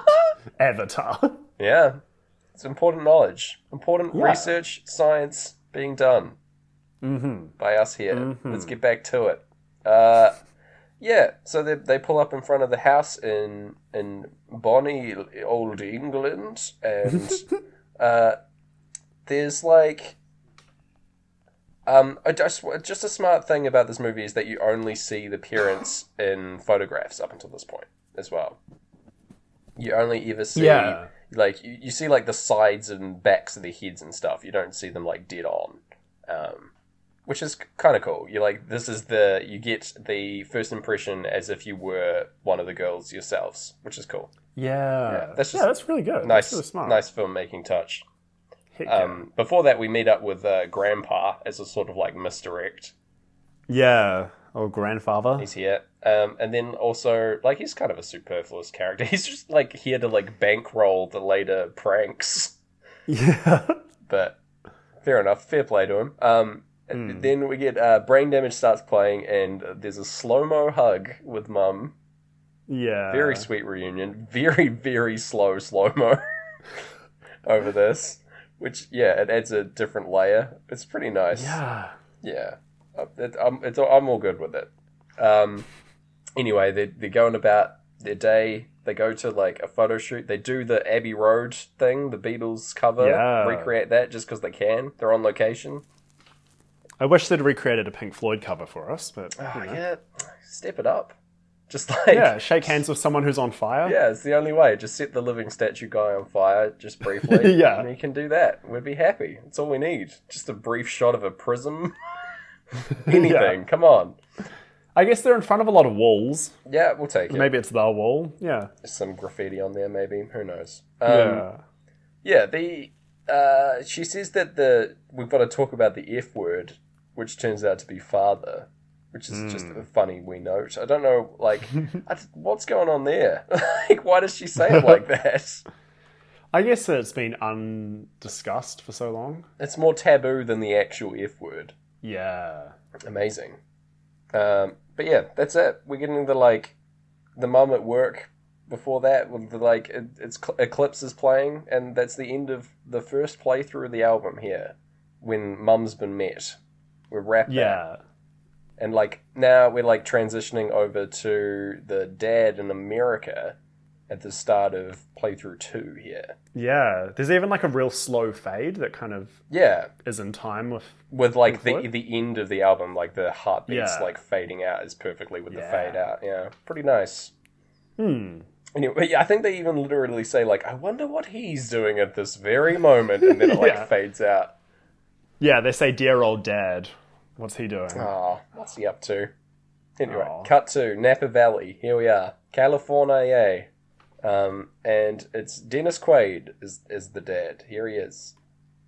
Avatar.
Yeah, it's important knowledge, important research, science being done
Mm-hmm.
by us here. Let's get back to it. Uh, yeah, so they, they pull up in front of the house in in bonny old England, and uh, there's like. Um, I just just a smart thing about this movie is that you only see the parents in photographs up until this point as well. You only ever see
Yeah.
like you, you see like the sides and backs of their heads and stuff. You don't see them like dead on, um, which is kind of cool. You're like this is the you get the first impression as if you were one of the girls yourselves, which is cool.
Yeah. Yeah,
that's
that's,
just
really good.
Nice,
That's really smart.
nice filmmaking touch.
Heck yeah.
Um, before that, we meet up with uh, Grandpa as a sort of like misdirect.
yeah. Oh, grandfather.
He's here, um, and then also like he's kind of a superfluous character. He's just like here to like bankroll the later pranks.
Yeah.
but fair enough, fair play to him. Um,
Hmm.
and Then we get uh, brain damage starts playing, and there's a slow mo hug with mum.
yeah.
Very sweet reunion. Very very slow slow mo over this, which yeah, it adds a different layer. It's pretty nice.
Yeah.
Yeah, Uh, it, I'm, it's, I'm all good with it. Um, anyway, they, they're going about their day. They go to like a photo shoot. They do the Abbey Road thing, the Beatles cover,
Yeah.
recreate that just because they can. They're on location.
I wish they'd recreated a Pink Floyd cover for us, but you
Oh,
know.
yeah, step it up. Just like
yeah, shake hands with someone who's on fire.
yeah, it's the only way. Just set the living statue guy on fire just briefly.
Yeah.
and you can do that. We'd be happy. It's all we need. Just a brief shot of a prism. Anything. Come on.
I guess they're in front of a lot of walls.
Yeah, we'll take it.
Maybe it's their wall. Yeah.
some graffiti on there, maybe. Who knows? Um,
yeah.
yeah. The uh, she says that the we've got to talk about the F word, which turns out to be father, which is just a funny wee note. I don't know, like, I th- what's going on there? like, why does she say it like that?
I guess it's been undiscussed for so long.
It's more taboo than the actual F word.
Yeah.
Amazing. Um, but yeah, that's it. We're getting the like the mum at work. Before that, with the like it, it's Cl- Eclipse is playing, and that's the end of the first playthrough of the album here. When Mum's been met, we're wrapped. that.
Yeah.
and like now we're like transitioning over to the dad in America at the start of playthrough two here.
Yeah. There's even like a real slow fade that kind of
Yeah,
is in time with.
with like the
Floyd?
the end of the album, like the heartbeats
Yeah.
like fading out is perfectly with the
Yeah.
fade out. Yeah, pretty nice.
Hmm.
Anyway, yeah, I think they even literally say like, "I wonder what he's doing at this very moment," and then it like
Yeah.
fades out.
Yeah, they say, dear old dad. What's he doing?
Oh, what's he up to? Anyway,
Aw.
cut to Napa Valley. Here we are, California. Um, and it's Dennis Quaid is is the dad. Here he is.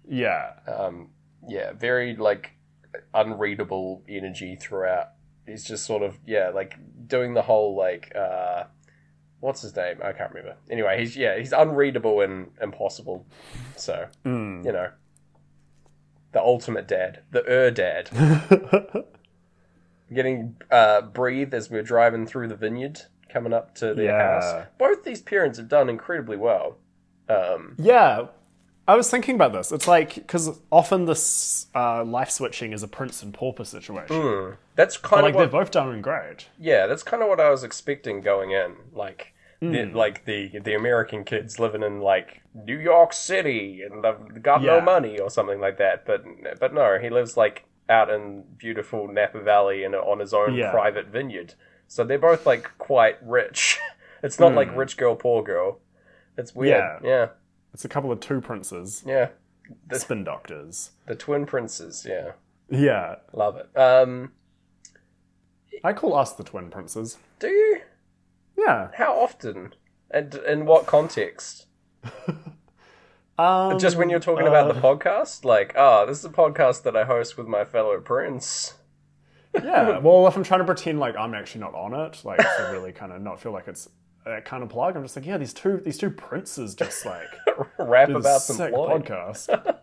Yeah.
Um, yeah, very like unreadable energy throughout. He's just sort of yeah, like doing the whole like uh, what's his name? I can't remember. Anyway, he's yeah, he's unreadable and impossible. So
Mm.
you know, the ultimate dad, the er dad. getting uh, breathe as we're driving through the vineyard, coming up to their
Yeah.
house. Both these parents have done incredibly well. Um,
yeah. I was thinking about this. It's like because often this uh, life switching is a prince and pauper situation.
Hmm. that's kind
Hmm. Like
of
they're
what,
both done great.
yeah, that's kind of what I was expecting going in. Like,
Hmm.
the, like the the American kids living in like New York City and they've got no
Yeah.
money or something like that. But but no, he lives like out in beautiful Napa Valley and on his own
Yeah.
private vineyard. So they're both like quite rich. it's not like rich girl, poor girl. It's weird.
Hmm. Yeah.
yeah.
It's a couple of two princes,
Yeah,
spin doctors.
the twin princes. Yeah,
Yeah,
love it. Um,
I call us the twin princes.
do you?
Yeah.
How often? And in what context?
Um,
Just when you're talking about the podcast, like, ah, this is a podcast that I host with my fellow prince.
yeah. Well, if I'm trying to pretend like I'm actually not on it, like to really kind of not feel like it's that kind of plug, I'm just like, yeah, these two these two princes just like
Rap
do
about
this
some
sick
Floyd.
podcast.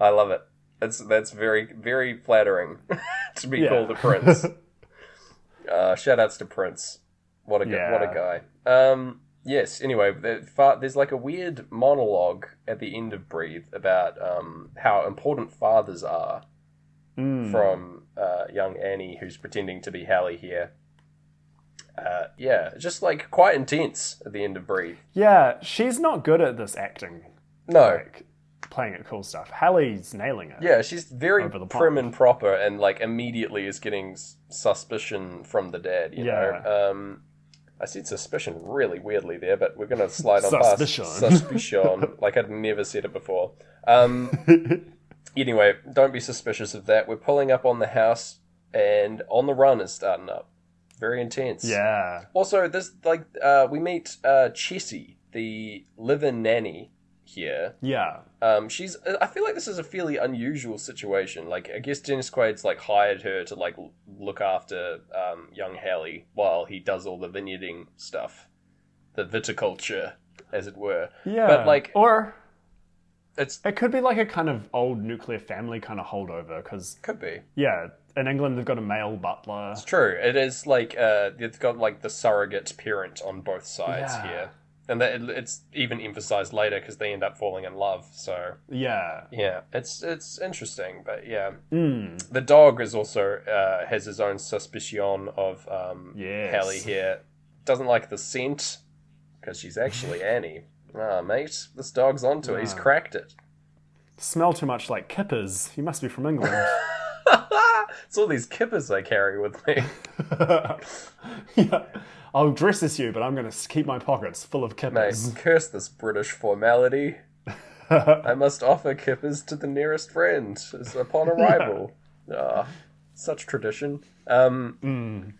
I love it. That's that's very very flattering to be
Yeah.
called a prince. uh, shout outs to Prince. What a gu- what a guy. Um, yes. Anyway, the fa- there's like a weird monologue at the end of Breathe about um, how important fathers are
Mm.
from uh, young Annie, who's pretending to be Hallie here. Uh, yeah, just like quite intense at the end of Breathe.
Yeah, she's not good at this acting,
No,
like playing it cool stuff. Hallie's nailing it.
Yeah, she's very
Over the
prim
pond.
and proper, and like immediately is getting s- suspicion from the dad. You know, um, I said suspicion really weirdly there, but we're gonna slide on
Suspicion.
past suspicion. like I'd never said it before. Um, anyway, don't be suspicious of that. We're pulling up on the house, and on the run is starting up. Very intense.
Yeah.
Also, this like uh, we meet uh, Chessie, the live-in nanny here.
Yeah.
Um, she's. I feel like this is a fairly unusual situation. Like, I guess Dennis Quaid's like hired her to like l- look after um, young Hallie while he does all the vineyarding stuff, the viticulture, as it were.
Yeah.
But, like-
or
It's
it could be like a kind of old nuclear family kind of holdover because
could be.
yeah, in England they've got a male butler.
It's true. It is like uh, it's got like the surrogate parent on both sides
Yeah.
here, and that it's even emphasized later because they end up falling in love. So
Yeah.
yeah, it's it's interesting, but yeah.
Mm.
the dog is also uh, has his own suspicion of um,
Yes.
Hallie here. Doesn't like the scent because she's actually Annie. Ah, mate, this dog's onto it. He's
Yeah.
cracked it.
Smell too much like kippers. You must be from England.
it's all these kippers I carry with me.
yeah. I'll dress as you, but I'm going to keep my pockets full of
Mate,
kippers.
curse this British formality. I must offer kippers to the nearest friend as upon arrival. Ah, such tradition. Um,
Mm.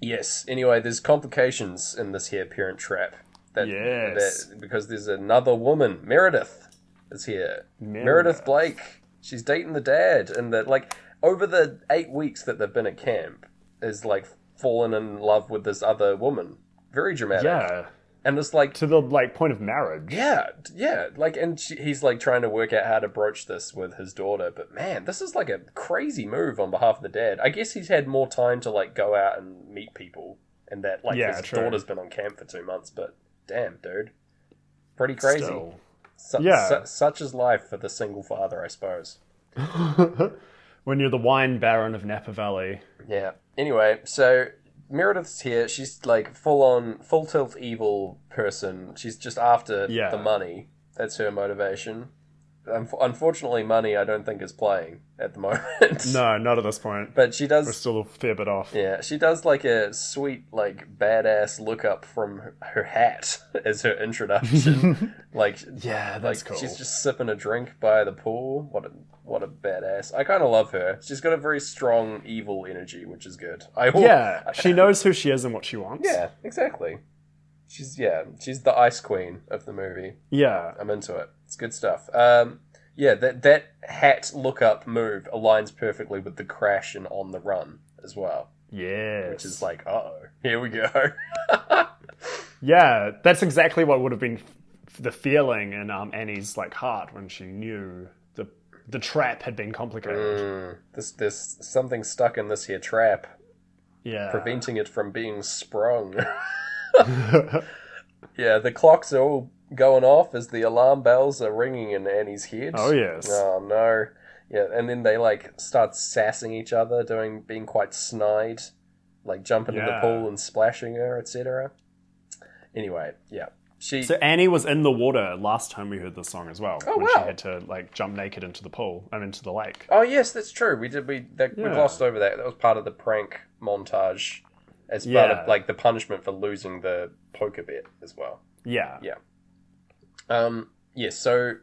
Yes. Anyway, there's complications in this here parent trap. That,
Yes.
that- because there's another woman, Meredith, is here. Meredith,
Meredith.
Blake. She's dating the dad, and that like over the eight weeks that they've been at camp, is like fallen in love with this other woman. Very dramatic.
Yeah.
And it's like
To the like point of marriage.
yeah, d- yeah. Like, and she, he's like trying to work out how to broach this with his daughter. But man, this is like a crazy move on behalf of the dad. I guess he's had more time to like go out and meet people, and that like
Yeah,
his
true.
daughter's been on camp for two months. But damn, dude, pretty crazy.
Still.
Su-
Yeah.
su- such is life for the single father, I suppose.
When you're the wine baron of Napa Valley.
Yeah. Anyway, so Meredith's here. She's like full on, full tilt evil person. She's just after
Yeah.
the money. That's her motivation. unf- unfortunately, money I don't think is playing at the moment.
No, not at this point.
but she
We're
does.
still a fair bit off.
Yeah, she does like a sweet, like badass look up from her, her hat as her introduction. like,
Yeah,
like she's just sipping a drink by the pool. What a what a badass! I kind of love her. She's got a very strong evil energy, which is good. I will-
yeah, she knows who she is and what she wants.
yeah, exactly. She's yeah, she's the ice queen of the movie.
Yeah.
I'm into it. It's good stuff. Um, yeah, that that hat look up move aligns perfectly with the crash and on the run as well,
Yes.
which is like, uh oh, here we go.
Yeah, that's exactly what would have been f- the feeling in um, Annie's like heart when she knew the the trap had been complicated.
Mm, this this something stuck in this here trap,
Yeah.
preventing it from being sprung. yeah, the clocks are all going off as the alarm bells are ringing in Annie's head.
oh yes.
Oh no. Yeah, and then they like start sassing each other, doing being quite snide, like jumping in the
Yeah.
pool and splashing her, etc. Anyway, yeah. She
So Annie was in the water last time we heard this song as well.
Oh,
when
wow.
she had to like jump naked into the pool and into the lake.
Oh yes, that's true. We did we that, we
Yeah.
glossed over that. That was part of the prank montage as part
Yeah.
of like the punishment for losing the poker bet as well.
Yeah.
Yeah. Um yes, so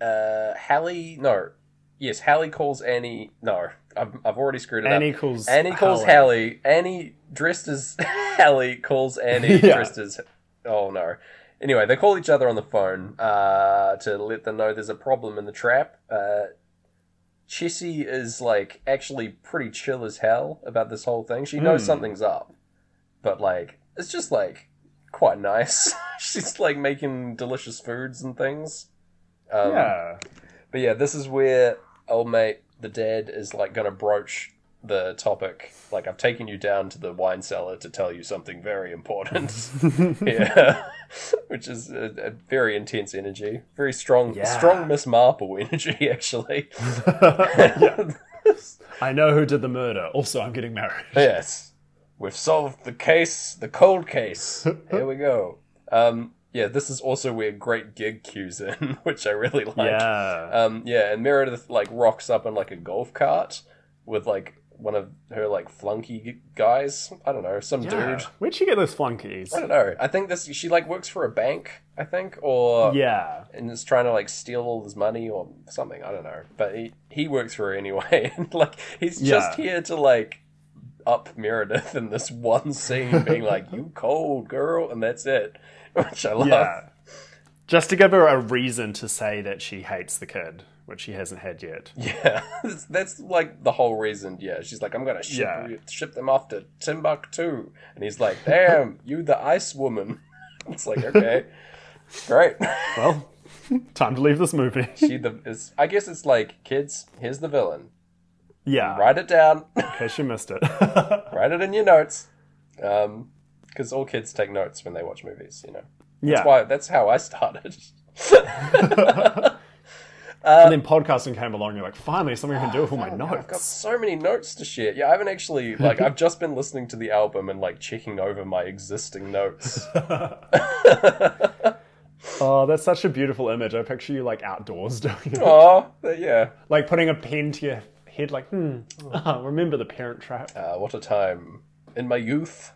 uh Hallie no. Yes, Hallie calls Annie no. I've I've already screwed it up.
Annie calls
Annie calls Hallie.
Hallie.
Annie dressed as Hallie calls Annie
Yeah.
dressed as. Oh no. Anyway, they call each other on the phone uh, to let them know there's a problem in the trap. Uh, Chessie is like actually pretty chill as hell about this whole thing. She knows
Hmm.
something's up, but like it's just like quite nice. She's like making delicious foods and things. Um,
Yeah.
but yeah, this is where old mate, the dad, is like going to broach the topic. Like, I've taken you down to the wine cellar to tell you something very important. yeah. Which is a, a very intense energy. Very strong,
Yeah.
strong Miss Marple energy, actually.
I know who did the murder. Also, I'm getting married.
yes. We've solved the case, the cold case. Here we go. Um, yeah, this is also where great gig cues in, which I really like.
yeah.
Um, yeah, and Meredith like rocks up in like a golf cart with like one of her like flunky g- guys. I don't know, some
Yeah.
dude.
Where'd she get those flunkies?
I don't know. I think this she like works for a bank, I think, or
Yeah.
and is trying to like steal all his money or something. I don't know, but he he works for her anyway, and like he's just
Yeah.
here to like up Meredith in this one scene, being like, "You cold girl," and that's it, which I love.
Yeah. Just to give her a reason to say that she hates the kid, which she hasn't had yet.
Yeah, that's, that's like the whole reason. Yeah, she's like, I'm gonna ship
Yeah.
you- ship them off to Timbuktu, and he's like, Damn, you the ice woman. It's like okay, great.
Well, time to leave this movie.
She the is. I guess it's like kids. Here's the villain.
Yeah,
Write it down.
in case you missed it.
Write it in your notes. Um, because all kids take notes when they watch movies. You know,
yeah.
that's why. That's how I started. Uh,
and then podcasting came along, you're like, finally, something I can do with all my
I've got
notes.
so many notes to share. Yeah, I haven't actually like I've just been listening to the album and like checking over my existing notes.
Oh, that's such a beautiful image. I picture you like outdoors doing it.
Oh, yeah.
Like putting a pen to your head, like, hmm,
Oh.
ah, remember the parent trap.
Ah, what a time. In my youth,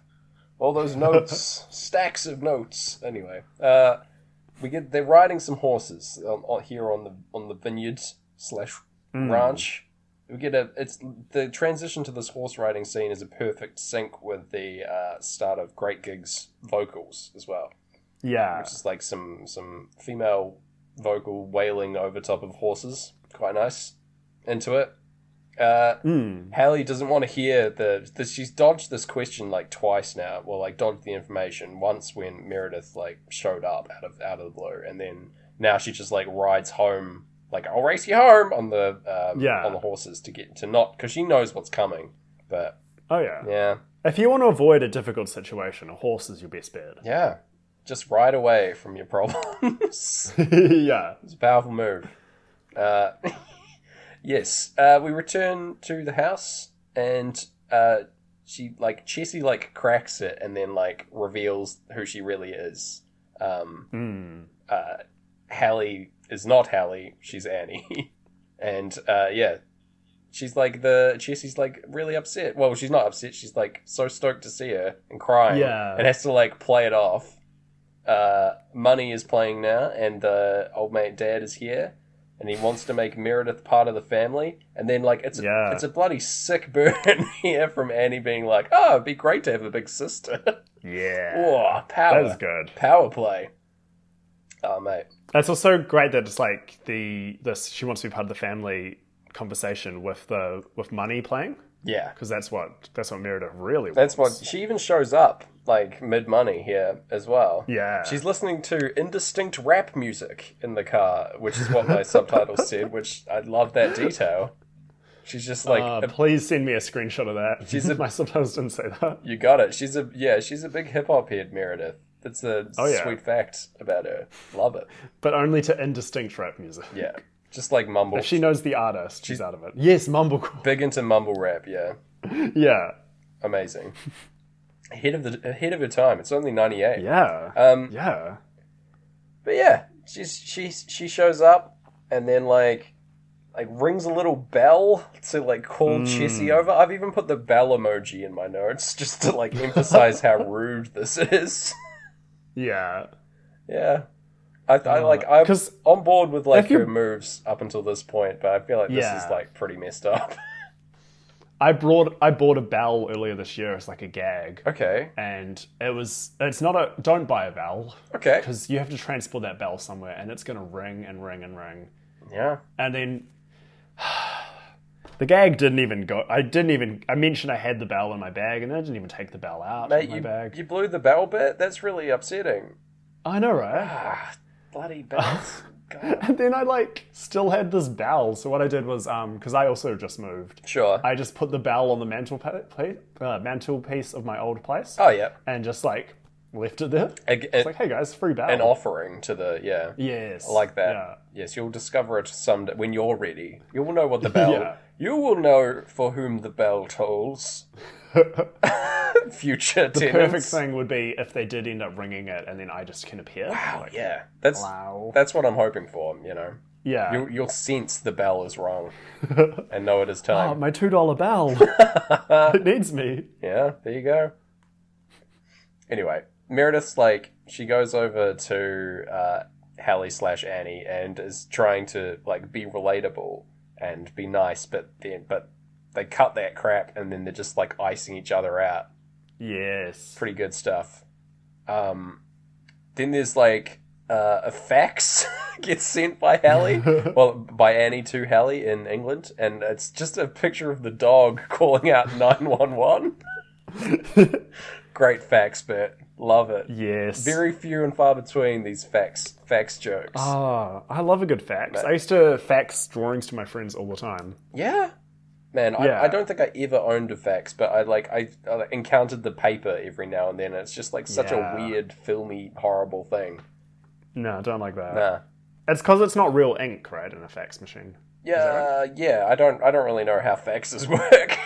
all those notes, stacks of notes. Anyway, uh, we get they're riding some horses on, on- here on the on the vineyard slash
Hmm.
ranch. We get a it's the transition to this horse riding scene is a perfect sync with the uh, start of Great Gig's vocals as well.
Yeah.
It's just like some some female vocal wailing over top of horses. Quite nice. Into it. Uh,
Hmm.
Hallie doesn't want to hear the, the she's dodged this question like twice now. Well, like dodged the information once when Meredith like showed up out of out of the blue, and then now she just like rides home like I'll race you home on the um,
Yeah.
on the horses to get to not because she knows what's coming. But
Oh, yeah.
yeah,
If you want to avoid a difficult situation, a horse is your best bet.
yeah, just ride away from your problems.
yeah.
It's a powerful move. Uh, yes, uh, we return to the house, and uh, she like Chessie like cracks it, and then like reveals who she really is. Um,
Hmm.
uh, Hallie is not Hallie. She's Annie, and uh, yeah, she's like the Chessie's like really upset. Well, she's not upset. She's like so stoked to see her and crying.
Yeah.
and has to like play it off. Uh, Money is playing now, and the old mate dad is here, and he wants to make Meredith part of the family. And then like it's a,
Yeah.
it's a bloody sick burn here from Annie being like, oh, it'd be great to have a big sister.
Yeah.
Whoa, power
That is good.
power play. Oh mate,
That's also great that it's like the this she wants to be part of the family conversation with the with money playing
yeah.
because that's what that's what Meredith really
That's
wants.
what she even shows up like mid money here as well.
Yeah.
She's listening to indistinct rap music in the car, which is what my subtitles said, which I love that detail. She's just like,
Uh,
a-
please send me a screenshot of that.
She's a-
My subtitles didn't say that.
you got it. She's a yeah, she's a big hip hop head, Meredith. That's a
Oh, yeah.
sweet fact about her. Love it.
But only to indistinct rap music.
Yeah, just like mumble.
If she knows the artist, she's out of it. Yes, Mumblecore.
big into mumble rap. Yeah,
Yeah.
amazing. ahead of the ahead of her time. It's only ninety eight.
Yeah.
Um,
yeah.
But yeah, she's she she shows up and then like like rings a little bell to like call
Hmm.
Chessie over. I've even put the bell emoji in my notes just to like emphasize how rude this is.
Yeah.
yeah. I, I like I'm
Oh, 'cause
on board with like
if you-
her moves up until this point, but I feel like this
Yeah.
is like pretty messed up.
I brought I bought a bell earlier this year as like a gag.
okay.
And it was it's not a don't buy a bell
Okay.
because you have to transport that bell somewhere and it's gonna ring and ring and ring.
Yeah.
And then the gag didn't even go I didn't even I mentioned I had the bell in my bag and I didn't even take the bell out
Mate,
of my
you,
bag.
you blew the bell bit? That's really upsetting.
I know, right?
Ah, bloody bells. God.
And then I like still had this bell. So what I did was um because I also just moved.
Sure.
I just put the bell on the mantel pa- pla- uh, mantelpiece of my old place
oh yeah.
and just like left it there.
Ag-
It's like, hey guys, free bell.
an offering to the yeah
yes,
like that
Yeah.
yes you'll discover it someday when you're ready you will know what the bell
Yeah.
you will know for whom the bell tolls future tenants
Perfect thing would be if they did end up ringing it and then I just can appear.
Wow, yeah that's
Wow.
that's what i'm hoping for you know
Yeah.
you, you'll sense the bell is wrong and know it is
Oh,
time
my two dollar bell. it needs me.
yeah there you go anyway meredith's like she goes over to uh hallie slash annie and is trying to like be relatable and be nice but then but they cut that crap and then they're just like icing each other out
Yes.
pretty good stuff um then there's like uh, a fax gets sent by hallie well by annie to hallie in england and it's just a picture of the dog calling out 911 great facts bit love it
yes.
very few and far between these facts facts jokes
Ah, I love a good fax. I used to fax drawings to my friends all the time.
yeah man
Yeah.
I, I don't think i ever owned a fax but i like i, I encountered the paper every now and then and it's just like such a
Yeah.
weird filmy horrible thing
No, I don't like that.
nah
It's because it's not real ink, right, in a fax machine.
yeah yeah i don't i don't really know how faxes work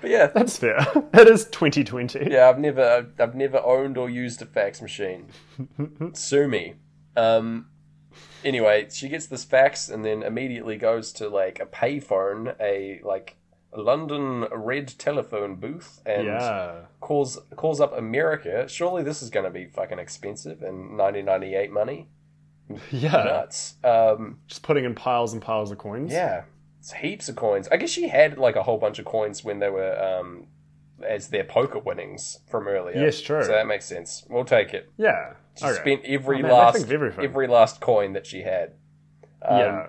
but yeah
That's fair. It is 2020.
yeah i've never I've, I've never owned or used a fax machine sue me um anyway she gets this fax and then immediately goes to like a payphone a like london red telephone booth and
Yeah.
calls calls up america surely this is going to be fucking expensive in 1998 money
Yeah.
nuts um
Just putting in piles and piles of coins.
yeah it's heaps of coins i guess she had like a whole bunch of coins when they were um as their poker winnings from earlier
Yes, true.
so that makes sense we'll take it
Yeah.
She
Okay.
spent every
Oh, man, I think
last
of everything.
every last coin that she had. Um,
yeah.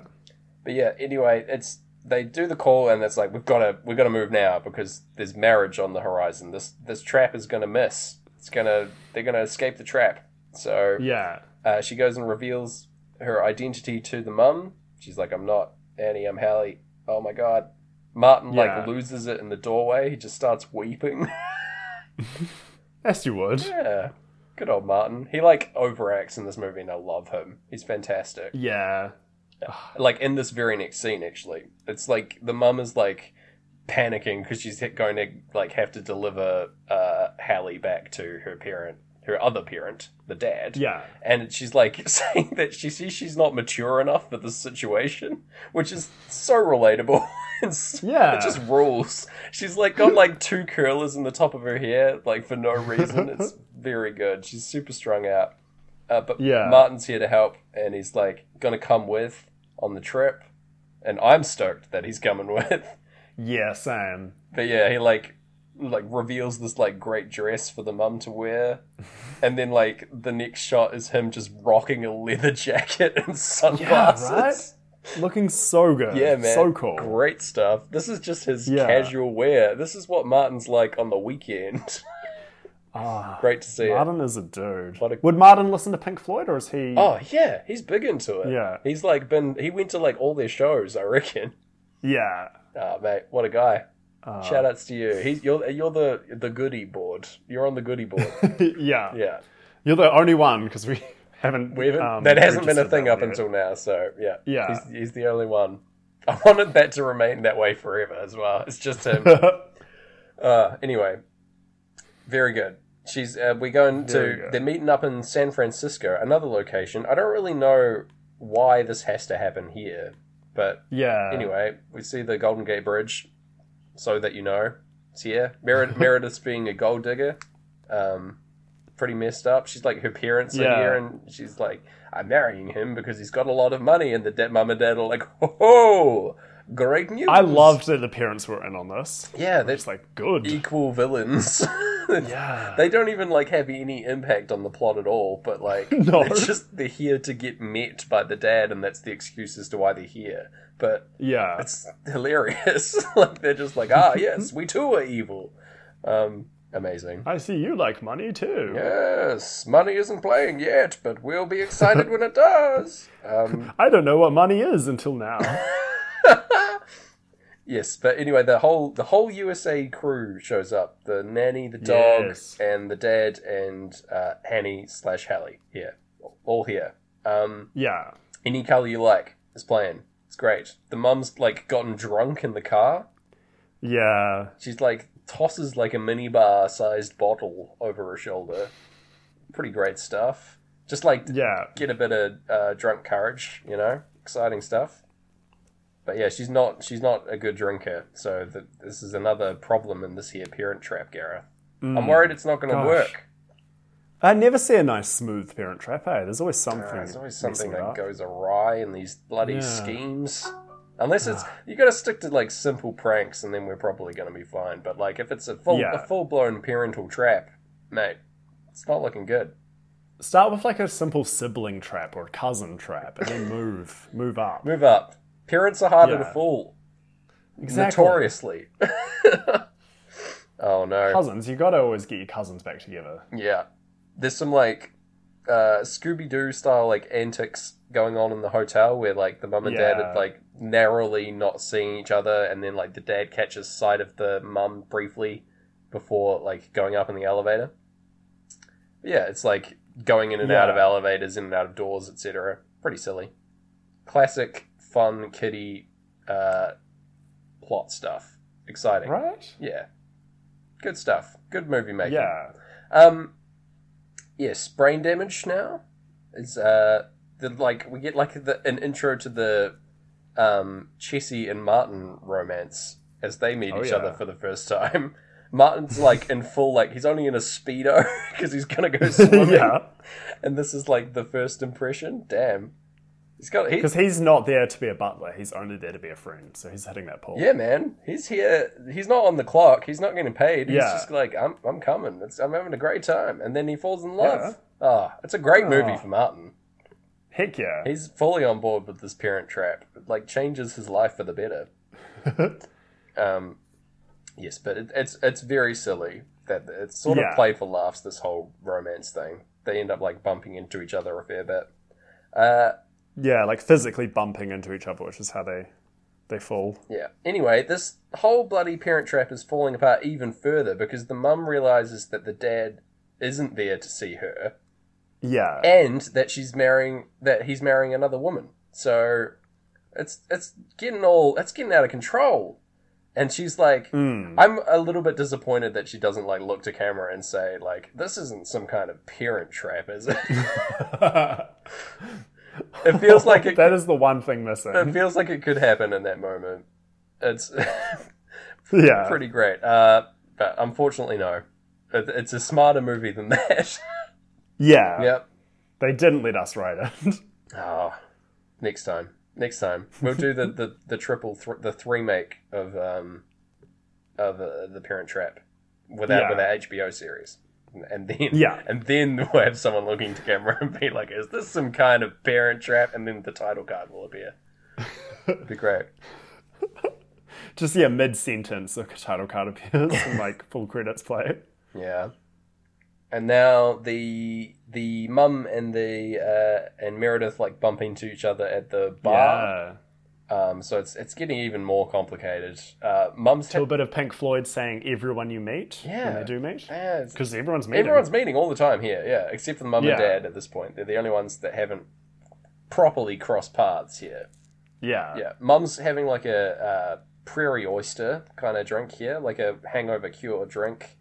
But yeah, anyway, it's they do the call and it's like we've got to we've got to move now because there's marriage on the horizon. This this trap is going to miss. It's going to they're going to escape the trap. So
Yeah.
uh, she goes and reveals her identity to the mum. She's like I'm not Annie, I'm Hallie. Oh my god. Martin
Yeah.
like loses it in the doorway. He just starts weeping.
Yes, you would.
yeah. Good old Martin. He like overacts in this movie and I love him. He's fantastic.
Yeah.
like in this very next scene actually it's like the mum is like panicking because she's going to like have to deliver uh hallie back to her parent her other parent, the dad.
Yeah.
And she's like saying that she sees she's not mature enough for this situation, which is so relatable. and s-
Yeah.
It just rules. She's like got like two curlers in the top of her hair, like for no reason. It's very good. She's super strung out. Uh, but
Yeah.
Martin's here to help, and he's like gonna come with on the trip, and I'm stoked that he's coming with.
Yeah, same.
But yeah, he like like reveals this like great dress for the mum to wear, and then like the next shot is him just rocking a leather jacket and sunglasses.
right? Looking so good.
Yeah, man.
So cool.
Great stuff. This is just his
Yeah.
casual wear. This is what Martin's like on the weekend.
Ah,
great to see it.
Martin is a dude.
What a-
Would Martin listen to Pink Floyd or is he.
Oh yeah, he's big into it.
Yeah.
He's like been he went to like all their shows, I reckon.
Yeah.
Ah, mate, what a guy.
Uh,
Shout outs to you. He's you're you're the the goodie board. You're on the goodie board.
yeah.
yeah.
You're the only one because we haven't.
We haven't,
um,
that hasn't been a
registered
thing
that
up
one yet.
until now, so yeah.
Yeah.
He's, he's the only one. I wanted that to remain that way forever as well. It's just him. uh, anyway, very good. She's uh, we going
Very
to
good.
they're meeting up in San Francisco, another location. I don't really know why this has to happen here, but
yeah.
anyway, we see the Golden Gate Bridge, so that you know it's here. Mered- Meredith's being a gold digger, um, pretty messed up. She's like her parents
Yeah.
are here, and she's like, "I'm marrying him because he's got a lot of money." And the dad, mum and dad are like, "Oh, great news!"
I loved that the parents were in on this.
yeah,
It's
that's like
like good.
equal villains.
Yeah.
They don't even like have any impact on the plot at all, but like
No.
it's just they're here to get met by the dad, and that's the excuse as to why they're here. But
Yeah.
it's hilarious. like they're just like, ah, yes, we too are evil. Um, amazing.
I see you like money too.
Yes, money isn't playing yet, but we'll be excited when it does. Um,
I don't know what money is until now.
yes, but anyway, the whole the whole USA crew shows up: the nanny, the dog,
Yes.
and the dad, and uh, Hanny slash Hallie. Here, all here. Um,
yeah.
any color you like is playing. It's great. The mum's like gotten drunk in the car.
Yeah.
She's like tosses like a minibar sized bottle over her shoulder. Pretty great stuff. Just like
Yeah.
get a bit of uh, drunk courage, you know. Exciting stuff. But yeah, she's not she's not a good drinker. So th this is another problem in this here parent trap, Gareth. I'm worried it's not going to
Mm. Gosh.
work.
I never see a nice smooth parent trap, eh? There's always something.
Ah, There's always
messing
something
it
that
up.
goes awry in these bloody
Yeah.
schemes. Unless it's
Ah.
you got to stick to like simple pranks, and then we're probably going to be fine. But like if it's a full
Yeah.
a full blown parental trap, mate, it's not looking good.
Start with like a simple sibling trap or cousin trap and then move. move up.
Move up. Parents are harder to
Yeah.
fool,
Exactly.
notoriously. oh no.
Cousins, you gotta always get your cousins back together.
Yeah. There's some like uh, Scooby Doo style like antics going on in the hotel where like the mum and dad
Yeah.
had like narrowly not seeing each other and then like the dad catches sight of the mum briefly before like going up in the elevator. Yeah, it's like going in and out of
Yeah.
elevators, in and out of doors, etc. Pretty silly. Classic fun kitty uh, plot stuff. Exciting.
Right?
Yeah. Good stuff. Good movie making.
Yeah.
Um, yes, brain damage now is uh the like we get like the, an intro to the um Chessie and Martin romance as they meet
Oh,
each
yeah.
other for the first time. Martin's like in full like he's only in a speedo because he's gonna go swimming,
yeah.
and this is like the first impression. Damn, he's got he,
Because he's not there to be a butler, he's only there to be a friend, so he's hitting that pool.
yeah man. He's here. He's not on the clock. He's not getting paid. He's
Yeah.
just like I'm I'm coming. It's, I'm having a great time, and then he falls in love. Ah, it's a great movie
Ah.
for Martin.
Heck yeah.
He's fully on board with this parent trap. It, like changes his life for the better. um, yes, but it, it's it's very silly that it's sort
Yeah.
of played for laughs. This whole romance thing. They end up like bumping into each other a fair bit. Uh,
Yeah, like physically bumping into each other, which is how they they fall.
yeah. Anyway, this whole bloody parent trap is falling apart even further because the mum realizes that the dad isn't there to see her
Yeah.
and that she's marrying that he's marrying another woman. So it's it's getting all it's getting out of control. And she's like,
Mm.
I'm a little bit disappointed that she doesn't like look to camera and say like, this isn't some kind of parent trap, is it? it feels like it,
that is the one thing
it
missing.
feels like it could happen in that moment. It's
Yeah.
pretty great. Uh, but unfortunately, no. It, it's a smarter movie than that.
yeah.
yep.
They didn't let us write it.
Oh, next time. Next time we'll do the the, the triple th- the three make of um of uh, the Parent Trap with our,
Yeah.
with our HBO series, and then
Yeah.
and then we'll have someone looking to camera and be like, "Is this some kind of Parent Trap?" And then the title card will appear. be great.
Just yeah, mid sentence the title card appears and like full credits play.
Yeah. And now the the mum and the uh, and Meredith like bump into each other at the bar.
Yeah.
Um, so it's it's getting even more complicated. Uh, Mum's
To a bit of Pink Floyd saying everyone you meet when
Yeah.
they do meet.
Yeah, it's-
Because everyone's meeting.
everyone's meeting all the time here, yeah, except for the mum
Yeah.
and dad at this point. They're the only ones that haven't properly crossed paths here.
Yeah.
Yeah, mum's having like a uh, prairie oyster kind of drink here, like a hangover cure drink.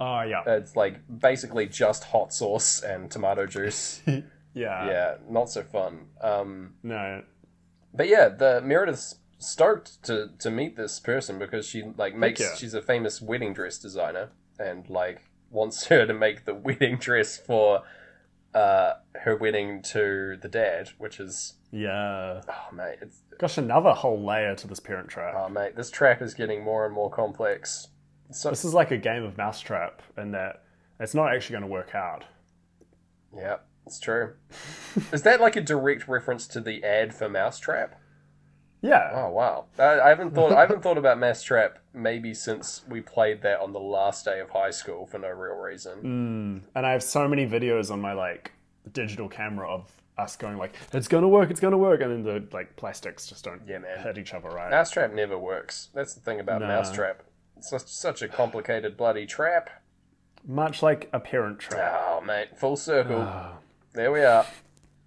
Oh yeah.
It's like basically just hot sauce and tomato juice.
yeah.
yeah, not so fun. Um,
No.
but yeah, the Meredith's stoked to to meet this person because she like makes
yeah.
she's a famous wedding dress designer and like wants her to make the wedding dress for uh her wedding to the dad, which is
Yeah.
oh mate, it's
Gosh, another whole layer to this parent trap.
oh mate, this trap is getting more and more complex. So
This is like a game of mousetrap in that it's not actually going to work out.
yeah, it's true. is that like a direct reference to the ad for Mousetrap?
Yeah.
Oh wow, I, I haven't thought I haven't thought about Mousetrap maybe since we played that on the last day of high school for no real reason.
Mm. And I have so many videos on my like digital camera of us going like, it's going to work, it's going to work, and then the like plastics just don't
Yeah, man.
hit each other, right?
Mousetrap never works. That's the thing about Mousetrap. It's such, such a complicated bloody trap.
Much like a parent trap.
Oh, mate, full circle.
Ah.
There we are.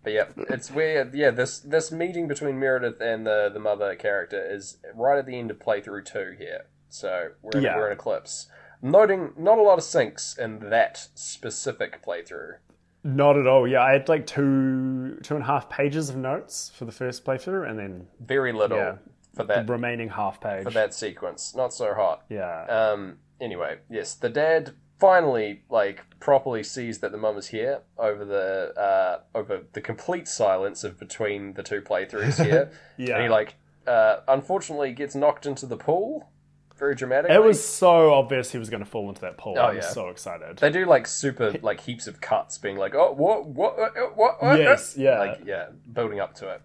But yeah, it's where yeah this this meeting between Meredith and the the mother character is right at the end of playthrough two here. So we're in,
Yeah.
we're in Eclipse. Noting not a lot of syncs in that specific playthrough.
Not at all. Yeah, I had like two two and a half pages of notes for the first playthrough, and then
Very little
Yeah.
for that
remaining half page.
for Uh, that sequence. Not so hot.
Yeah.
Um, anyway, yes, the dad finally like properly sees that the mum is here over the uh, over the complete silence of between the two playthroughs here.
yeah.
And he like uh, unfortunately gets knocked into the pool very dramatically.
it was so obvious he was going to fall into that pool. I was
Oh, yeah.
so excited.
they do like super like heaps of cuts being like oh what what uh, uh, what uh, uh,"
yes. Yeah.
like yeah building up to it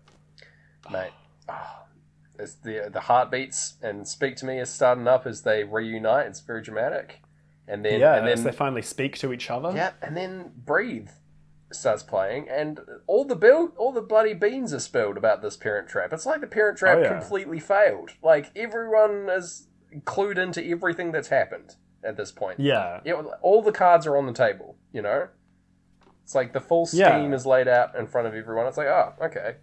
mate ah, it's the the heartbeats and speak to me is starting up as they reunite it's very dramatic and then
yeah.
and
as
then
they finally speak to each other.
Yeah, and then breathe starts playing, and all the bill, all the bloody beans are spilled about this Parent Trap. It's like the Parent Trap
Oh, yeah.
completely failed. Like everyone is clued into everything that's happened at this point.
Yeah.
It- all the cards are on the table. You know, it's like the full scheme
Yeah.
is laid out in front of everyone. It's like, oh, okay.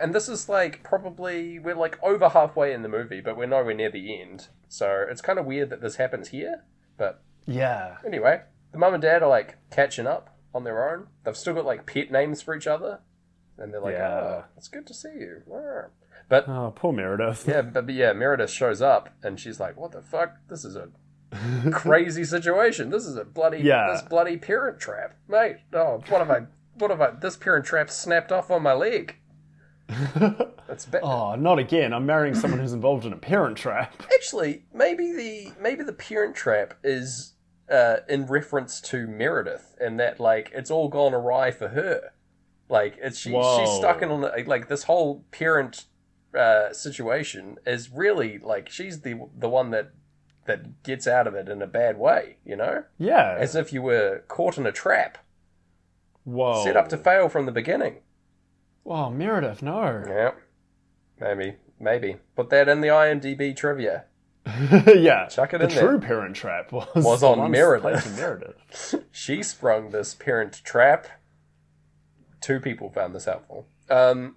And this is like probably we're like over halfway in the movie, but we're nowhere near the end. So it's kind of weird that this happens here, but
Yeah.
Anyway, the mum and dad are like catching up on their own. They've still got like pet names for each other, and they're like,
Yeah.
"Oh, it's good to see you." Wah. But
Oh, poor Meredith.
yeah, but, but yeah, Meredith shows up and she's like, "What the fuck? This is a crazy situation. This is a bloody
Yeah.
this bloody parent trap, mate. Oh, what have I? What have I? This parent trap snapped off on my leg. That's bad.
Oh, not again. I'm marrying someone who's involved in a parent trap.
Actually, maybe the maybe the parent trap is uh, in reference to Meredith, and that like it's all gone awry for her. Like it's she
Whoa.
she's stuck in on like this whole parent uh, situation is really like she's the the one that that gets out of it in a bad way. You know,
Yeah.
as if you were caught in a trap,
Whoa.
set up to fail from the beginning.
Whoa, Meredith, no.
Yeah, maybe maybe put that in the IMDb trivia.
yeah.
Chuck it
the
in there.
true parent trap was,
Was
the
on
one
Meredith.
placed in Meredith.
She sprung this parent trap. Two people found this helpful. Um,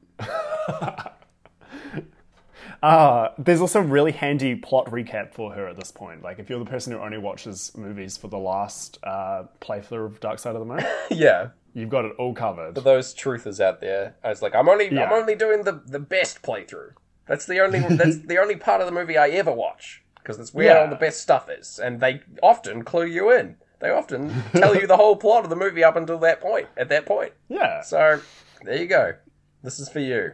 Uh, there's also really handy plot recap for her at this point. Like, if you're the person who only watches movies for the last uh, playthrough of Dark Side of the Moon,
yeah.
you've got it all covered.
For those truthers out there, I was like, I'm only I'm
Yeah.
only doing the the best playthrough. That's the only that's the only part of the movie I ever watch because that's where
Yeah.
all the best stuff is, and they often clue you in. They often tell you the whole plot of the movie up until that point. At that point,
Yeah.
so there you go. This is for you,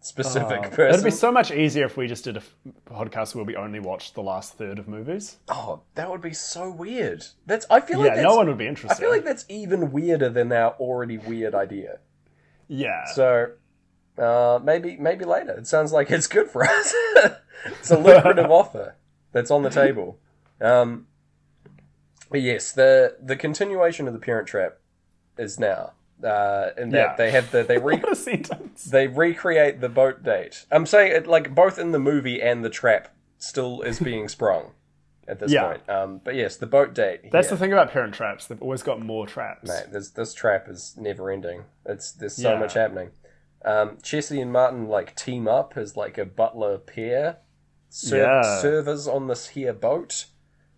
specific
It'd
person.
Oh, be so much easier if we just did a f- podcast where we only watched the last third of movies.
oh, that would be so weird. That's I feel like
yeah,
that's,
no one would be
I
interested.
feel like that's even weirder than our already weird idea.
yeah.
So uh, maybe maybe later. It sounds like it's good for us. it's a lucrative offer that's on the table. Um, but yes, the the continuation of the Parent Trap is now, uh, in that
Yeah.
they have the they re-
what a sentence.
they recreate the boat date. I'm saying it like both in the movie and the trap still is being sprung at this
Yeah.
point. Um, but yes, the boat date.
That's
here,
the thing about parent traps. They've always got more traps.
mate, this this trap is never ending. It's there's so
Yeah.
much happening. Um, Chesley and Martin like team up as like a butler pair, ser-
Yeah.
servers on this here boat.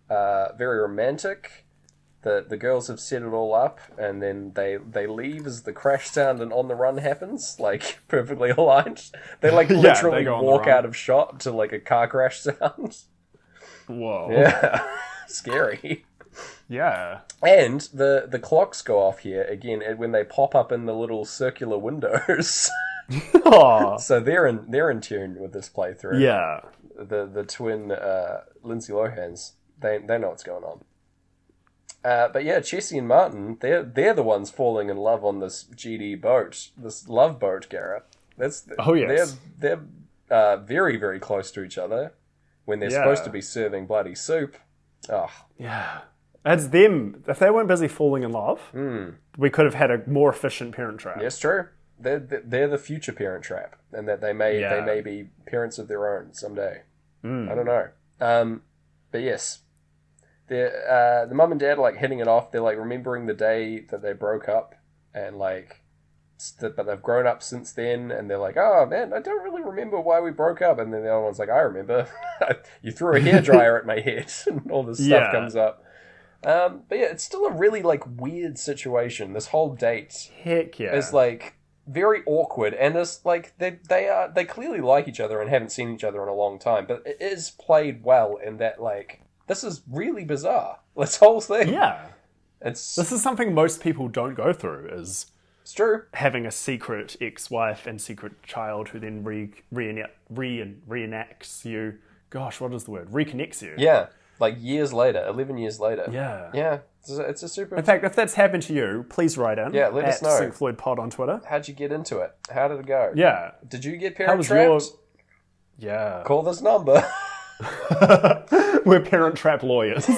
Uh, very romantic. The the girls have set it all up, and then they they leave as the crash sound and on the run happens, like perfectly aligned. They like
Yeah, they
literally
go on the
walk
run.
out of shot to like a car crash sound.
Whoa.
yeah, scary.
Yeah.
And the the clocks go off here again and when they pop up in the little circular windows.
Aw.
so they're in they're in tune with this playthrough.
Oh, yeah.
The the twin uh, Lindsay Lohan's they they know what's going on. Uh, but yeah, Chessie and Martin they're they're the ones falling in love on this GD boat, this love boat, Gareth. That's
Oh, yes.
They're they're uh, very very close to each other when they're
Yeah.
supposed to be serving bloody soup. Oh,
Yeah. That's them. If they weren't busy falling in love,
hmm.
we could have had a more efficient parent trap.
Yes, true. They're, they're the future parent trap, and that they may they
Yeah.
may be parents of their own someday.
Mm.
I don't know. Um, but yes, the uh, the mum and dad are like hitting it off. They're like remembering the day that they broke up, and like, st- but they've grown up since then, and they're like, oh man, I don't really remember why we broke up. And then the other one's like, I remember. you threw a hairdryer at my head, and all this stuff
Yeah.
comes up. Um, but yeah, it's still a really like weird situation. This whole date
Heck yeah.
is like very awkward and it's like they they are they clearly like each other and haven't seen each other in a long time but it is played well in that like this is really bizarre this whole thing
yeah.
it's,
This is something most people don't go through is
it's true
having a secret ex-wife and secret child who then re, reenact, re, reenacts you. Gosh, what is the word? Reconnects you.
yeah like years later 11 years later
Yeah.
yeah it's a, it's a super
In fact, if that's happened to you, please write in.
Yeah, let
at
us know.
Sync Floyd Pod on Twitter.
how'd you get into it how did it go
Yeah.
did you get
That
parent
was
trapped
your. Yeah.
call this number
We're parent trap lawyers.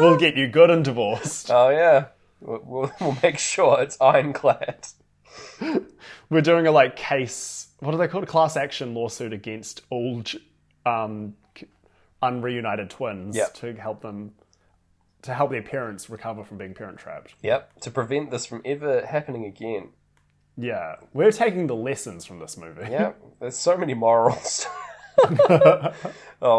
we'll get you good and divorced.
oh yeah we'll, we'll, we'll make sure it's ironclad
We're doing a like case. What are they called? A class action lawsuit against all j- um, c- unreunited twins
Yep.
to help them to help their parents recover from being parent trapped.
yep to prevent this from ever happening again
Yeah, we're taking the lessons from this movie.
Yeah, there's so many morals. oh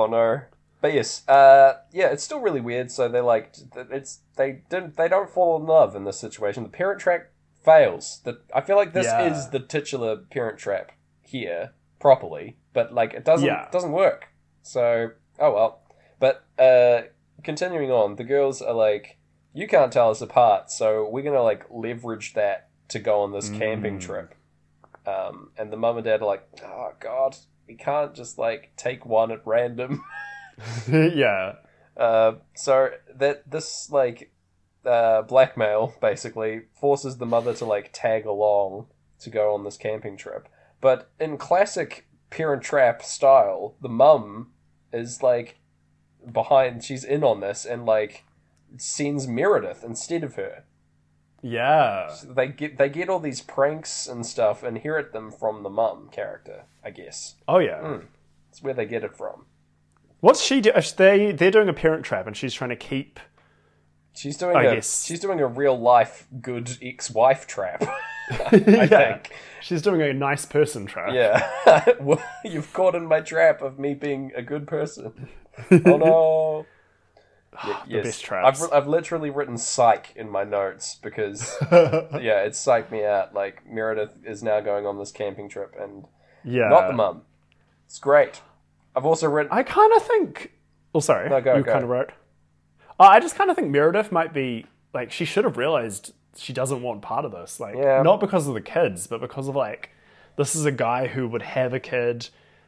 no. But yes, uh, yeah, it's still really weird. So they like it's they didn't they don't fall in love in this situation. The parent trap fails. The, I feel like this
Yeah.
is the titular parent trap here properly, but like it doesn't
Yeah.
doesn't work. So oh well. But uh, continuing on, the girls are like, you can't tell us apart, so we're gonna like leverage that to go on this camping trip. Um, and the mum and dad are like, oh god, we can't just like take one at random.
yeah,
Uh, so that this like uh, blackmail basically forces the mother to like tag along to go on this camping trip. But in classic parent trap style, the mum is like behind. She's in on this and like sends Meredith instead of her.
yeah.
So they get they get all these pranks and stuff and hear it them from the mum character. I guess
Oh yeah.
Hmm. it's where they get it from.
What's she do? is They they're doing a parent trap, and she's trying to keep.
She's doing
I
a
guess.
she's doing a real life good ex wife trap.
I
Yeah.
think. She's doing a nice person track.
Yeah. Well, You've caught in my trap of me being a good person. Oh no. Y- yes.
best traps.
I've, I've literally written psych in my notes because, yeah, it's psyched me out. Like, Meredith is now going on this camping trip and
Yeah.
not the mum. It's great. I've also written.
I kind of think. Oh, sorry.
No, go,
you
go.
kind of wrote. Uh, I just kind of think Meredith might be like she should have realized she doesn't want part of this. Like
Yeah.
not because of the kids, but because of like this is a guy who would have a kid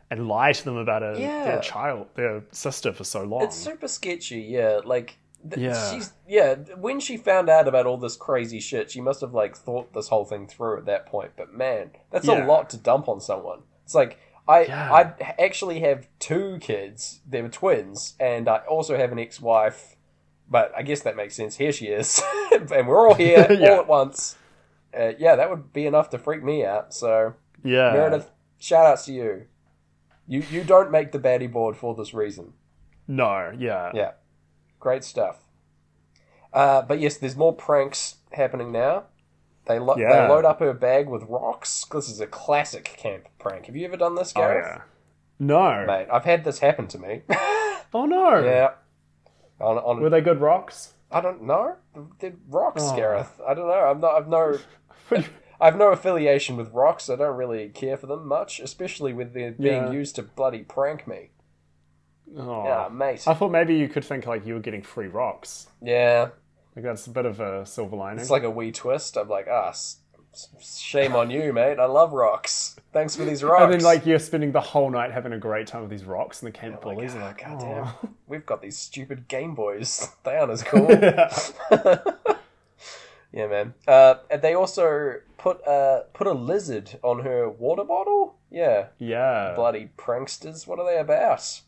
and lie to them about a,
Yeah.
their child, their sister for so long.
It's super sketchy, yeah. Like, th-
Yeah.
she's yeah. When she found out about all this crazy shit, she must have like thought this whole thing through at that point. But man, that's
Yeah.
a lot to dump on someone. It's like I
Yeah.
I actually have two kids. They were twins, and I also have an ex-wife. But I guess that makes sense. Here she is, and we're all here
Yeah.
all at once. Uh, yeah, that would be enough to freak me out. So
yeah.
Meredith, shout outs to you. You you don't make the baddie board for this reason.
No. Yeah.
Yeah. Great stuff. Uh, but yes, there's more pranks happening now. They, lo-
Yeah.
they load up her bag with rocks. This is a classic camp prank. Have you ever done this,
Oh,
Gareth?
yeah. No.
Mate, I've had this happen to me.
Oh no.
yeah. On, on,
Were they good rocks?
I don't know. They're rocks,
Oh.
Gareth. I don't know. I'm not. I've no. I've no affiliation with rocks. I don't really care for them much, especially with them being
Yeah.
used to bloody prank me.
Oh.
Ah, mate.
I thought maybe you could think like you were getting free rocks.
Yeah.
Like that's a bit of a silver lining.
It's like a wee twist. I'm like, ah, s- s- shame on you, mate. I love rocks. Thanks for these rocks.
And then like you're spending the whole night having a great time with these rocks and the camp
I'm like,
bullies.
ah,
and
goddamn,
like,
we've got these stupid Game Boys. They aren't as cool.
"Aw."
yeah, man. Uh, and they also put uh put a lizard on her water bottle. Yeah,
yeah.
bloody pranksters. What are they about?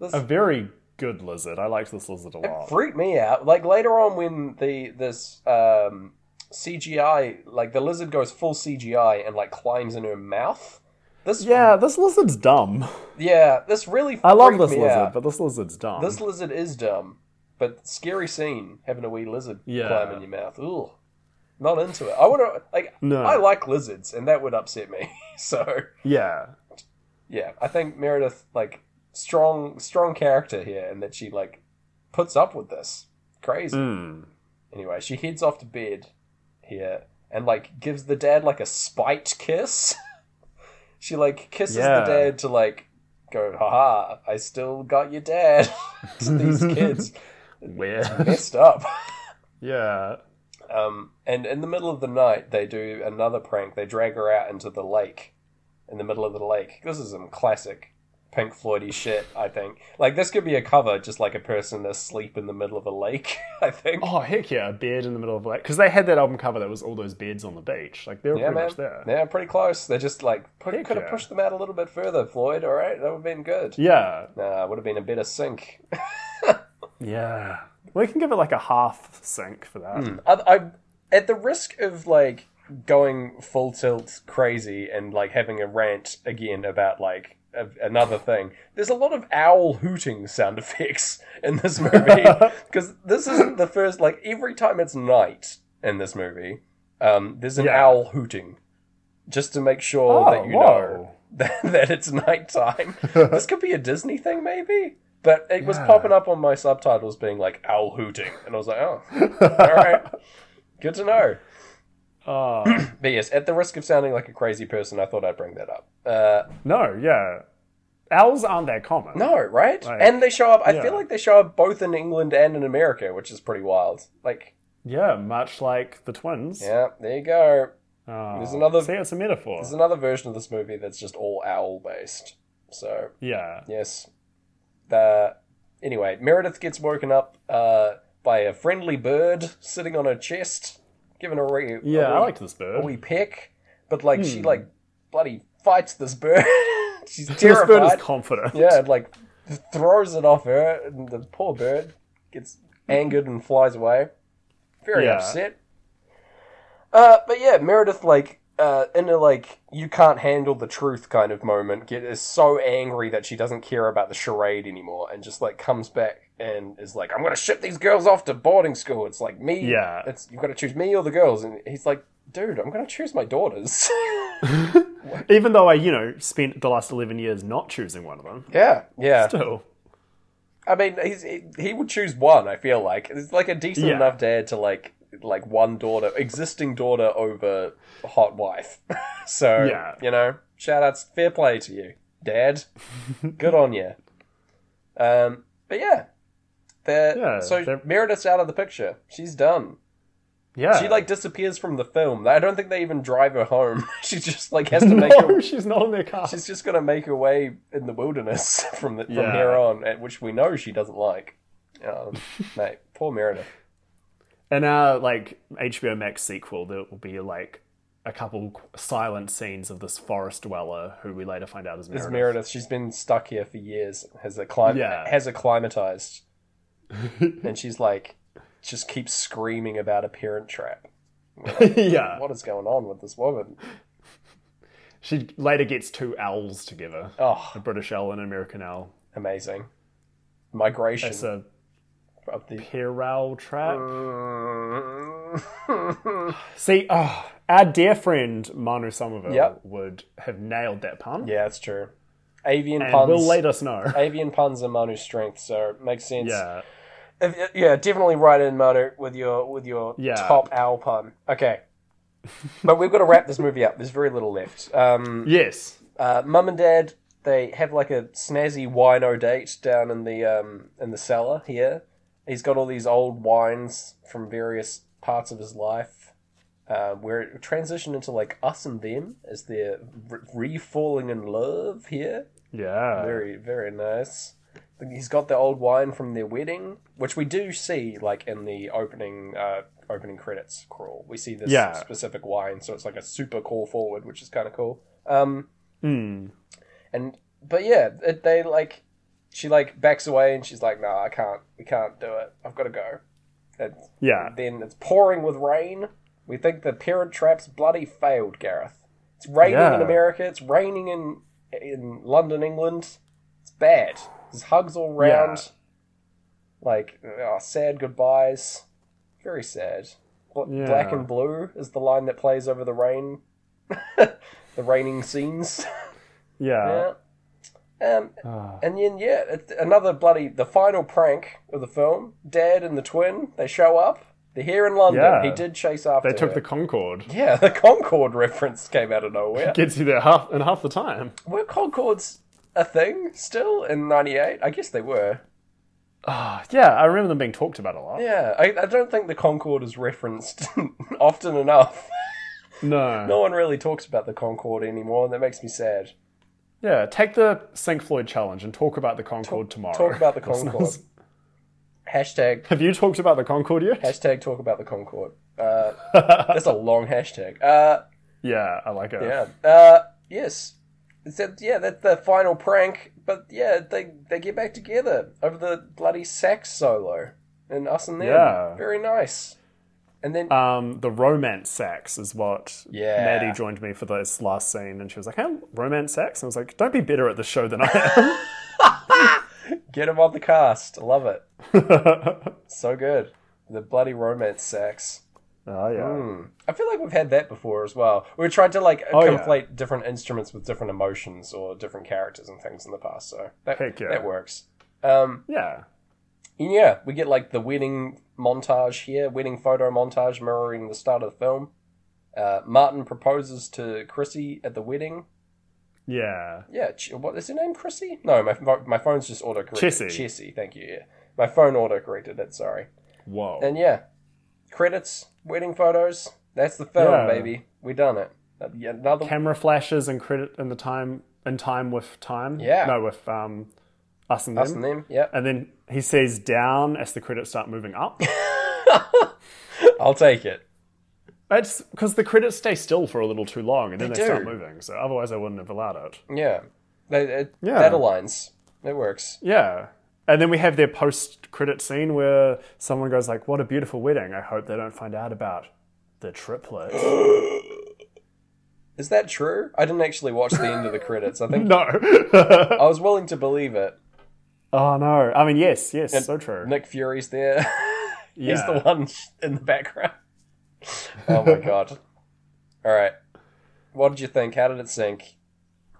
This
A very good lizard. I liked this lizard a
it
lot.
freaked me out. Like later on when the this um CGI like the lizard goes full CGI and like climbs in her mouth. This
Yeah, this lizard's dumb.
Yeah, this really.
I love
freaked
this
me
lizard,
out.
but um, this lizard's dumb.
This lizard is dumb, but scary scene having a wee lizard
Yeah.
climb in your mouth. Ugh, not into it. I want to like.
No.
I like lizards, and that would upset me. so
yeah.
yeah, I think Meredith like strong, strong character here, and that she like puts up with this. Crazy.
Mm.
Anyway, she heads off to bed here and like gives the dad like a spite kiss. she like kisses
Yeah.
the dad to like go, haha, I still got your dad to these kids.
Weird.
Messed up.
yeah.
Um, and in the middle of the night, they do another prank. They drag her out into the lake, in the middle of the lake. This is some classic Pink Floydy shit, I think. Like, this could be a cover, just like a person asleep in the middle of a lake, I think.
Oh heck yeah, a bed in the middle of like because they had that album cover that was all those beds on the beach. Like they were
Yeah,
pretty
man.
much there.
Yeah, pretty close. They're just like put,
Heck
could have
yeah.
pushed them out a little bit further, Floyd. All right, that would have been good.
Yeah.
Nah, would have been a better sink.
Yeah. We can give it like a half sink for that.
I, I, at the risk of like going full tilt crazy and like having a rant again about like a, another thing. There's a lot of owl hooting sound effects in this movie because this isn't the first. Like every time it's night in this movie, um, there's an
Yeah.
owl hooting just to make sure
Oh,
that you
whoa.
know that, that it's nighttime. this could be a Disney thing, maybe. But it was
Yeah.
popping up on my subtitles being like owl hooting, and I was like, oh, all right, good to know.
Oh.
But yes, at the risk of sounding like a crazy person, I thought I'd bring that up. Uh,
no, yeah. Owls aren't that common.
no, right?
Like,
and they show up. I
yeah.
feel like they show up both in England and in America, which is pretty wild. Like,
Yeah, much like the twins.
yeah, there you go.
Oh,
There's another-
See, it's a metaphor.
There's another version of this movie that's just all owl based. So
yeah.
Yes. The anyway, Meredith gets woken up uh, by a friendly bird sitting on her chest, giving her a wee,
Yeah,
a
I
wee,
liked this
a
bird.
wee peck. But like she like bloody fights this bird. She's
This
terrified.
bird is confident.
yeah, and, like throws it off her, and the poor bird gets angered and flies away. Very
Yeah.
upset. Uh, but yeah, Meredith like uh, in a like you can't handle the truth kind of moment, get is so angry that she doesn't care about the charade anymore, and just like comes back and is like, "I'm gonna ship these girls off to boarding school." It's like me,
Yeah.
It's you've got to choose me or the girls, and he's like, dude, I'm gonna choose my daughters.
Even though I, you know, spent the last 11 years not choosing one of them.
yeah, yeah.
Still.
I mean, he's, he he would choose one. I feel like it's like a decent
Yeah.
enough dad to like like one daughter, existing daughter over hot wife. so
Yeah.
you know, shout outs, fair play to you, dad. Good on you. Um, but yeah, they're,
Yeah,
so
they're-
Meredith's out of the picture. She's done.
Yeah.
She like disappears from the film. I don't think they even drive her home. she just like has to make her
No, she's not in their car.
She's just gonna make her way in the wilderness from the, from
Yeah.
here on, at which we know she doesn't like. Um, mate, poor Meredith.
In our like HBO Max sequel, there will be like a couple qu- silent scenes of this forest dweller who we later find out is
It's
Meredith.
Meredith. She's been stuck here for years. Has acclim-
Yeah.
has acclimatized, and she's like, just keeps screaming about a parent trap.
yeah,
What is going on with this woman?
she later gets two owls together,
Oh,
a British owl and an American owl.
amazing migration
It's a
of the.
Piral
Uh.
trap. See, oh, our dear friend Manu Somerville
Yep.
would have nailed that pun,
yeah, it's true. Avian
and
puns.
will let us know.
Avian puns are Manu's strength, so it makes sense.
yeah,
If, yeah, definitely write in Manu with your with your
Yeah.
top owl pun. Okay, but we've got to wrap this movie up. There's very little left. Um,
yes,
uh, Mum and Dad they have like a snazzy wino date down in the um, in the cellar here. He's got all these old wines from various parts of his life. Uh, where it transitioned into like us and them as they're re falling in love here.
yeah,
Very, very nice. He's got the old wine from their wedding, which we do see like in the opening uh, opening credits crawl. We see this
Yeah.
specific wine, so it's like a super call forward, which is kind of cool. Um,
Hmm.
and but yeah, it, they like she like backs away and she's like, "No, I can't. We can't do it. I've got to go." And
yeah.
then it's pouring with rain. We think the parent trap's bloody failed, Gareth. It's raining
Yeah.
in America. It's raining in in London, England. It's bad. There's hugs all round.
Yeah.
Like oh, sad goodbyes. Very sad. Bl-
Yeah.
Black and blue is the line that plays over the rain. the raining scenes.
yeah,
yeah. Um,
Ah.
and then yeah, it's another bloody the final prank of the film. Dad and the twin they show up. They're here in London.
Yeah.
He did chase after.
They took
her.
the Concorde.
yeah. The Concorde reference came out of nowhere.
Gets you there half in half the time.
were Concords a thing still in '98? I guess they were.
Ah, yeah, I remember them being talked about a lot.
Yeah, I, I don't think the Concorde is referenced often enough.
No.
No one really talks about the Concorde anymore, and that makes me sad.
Yeah, take the Sync Floyd challenge and talk about the Concorde tomorrow.
Talk about the
listeners.
Concorde. Hashtag
Have you talked about the Concorde yet?
hashtag talk about the Concorde. Uh, that's a long hashtag. Uh,
yeah, I like it.
Yeah. Uh, yes. Except, yeah, that's the final prank. But yeah, they they get back together over the bloody sax solo and us and them.
Yeah.
Very nice. And then
Um, the romance sax is what
Yeah.
Maddie joined me for this last scene, and she was like, "Hey, romance sax," and I was like, "Don't be better at this show than I
get him on the cast. I love it.
am."
So good. The bloody romance sax.
oh yeah,
Hmm. I feel like we've had that before as well. We tried to like
Oh, yeah.
conflate different instruments with different emotions or different characters and things in the past. So that,
Heck yeah.
that works. Um,
yeah,
And yeah, we get like the wedding montage here, wedding photo montage mirroring the start of the film. Uh, Martin proposes to Chrissy at the wedding.
yeah.
Yeah, Ch- what is her name? Chrissy? No, my pho- my phone's just autocorrected.
Chissy.
Chissy, thank you. Yeah, my phone autocorrected it. Sorry.
Whoa.
And yeah, credits, wedding photos. That's the film,
Yeah.
baby. We done it. Uh, yeah, Another
Camera flashes and credit in the time in time with time.
Yeah.
No, with um, us and
us
them.
and them. Yeah,
And then he says down as the credits start moving up.
I'll take it.
It's because the credits stay still for a little too long and then
They
they,
do.
start moving. So otherwise, I wouldn't have allowed it.
Yeah, That- that-
Yeah.
that aligns. It works.
Yeah. And then we have their post-credit scene where someone goes like, "What a beautiful wedding! I hope they don't find out about the triplets."
Is that true? I didn't actually watch the end of the credits. I think
no.
I was willing to believe it.
oh no. I mean, yes, yes, so true.
Nick Fury's there.
yeah.
He's the one in the background. Oh my god. All right. What did you think? How did it sink?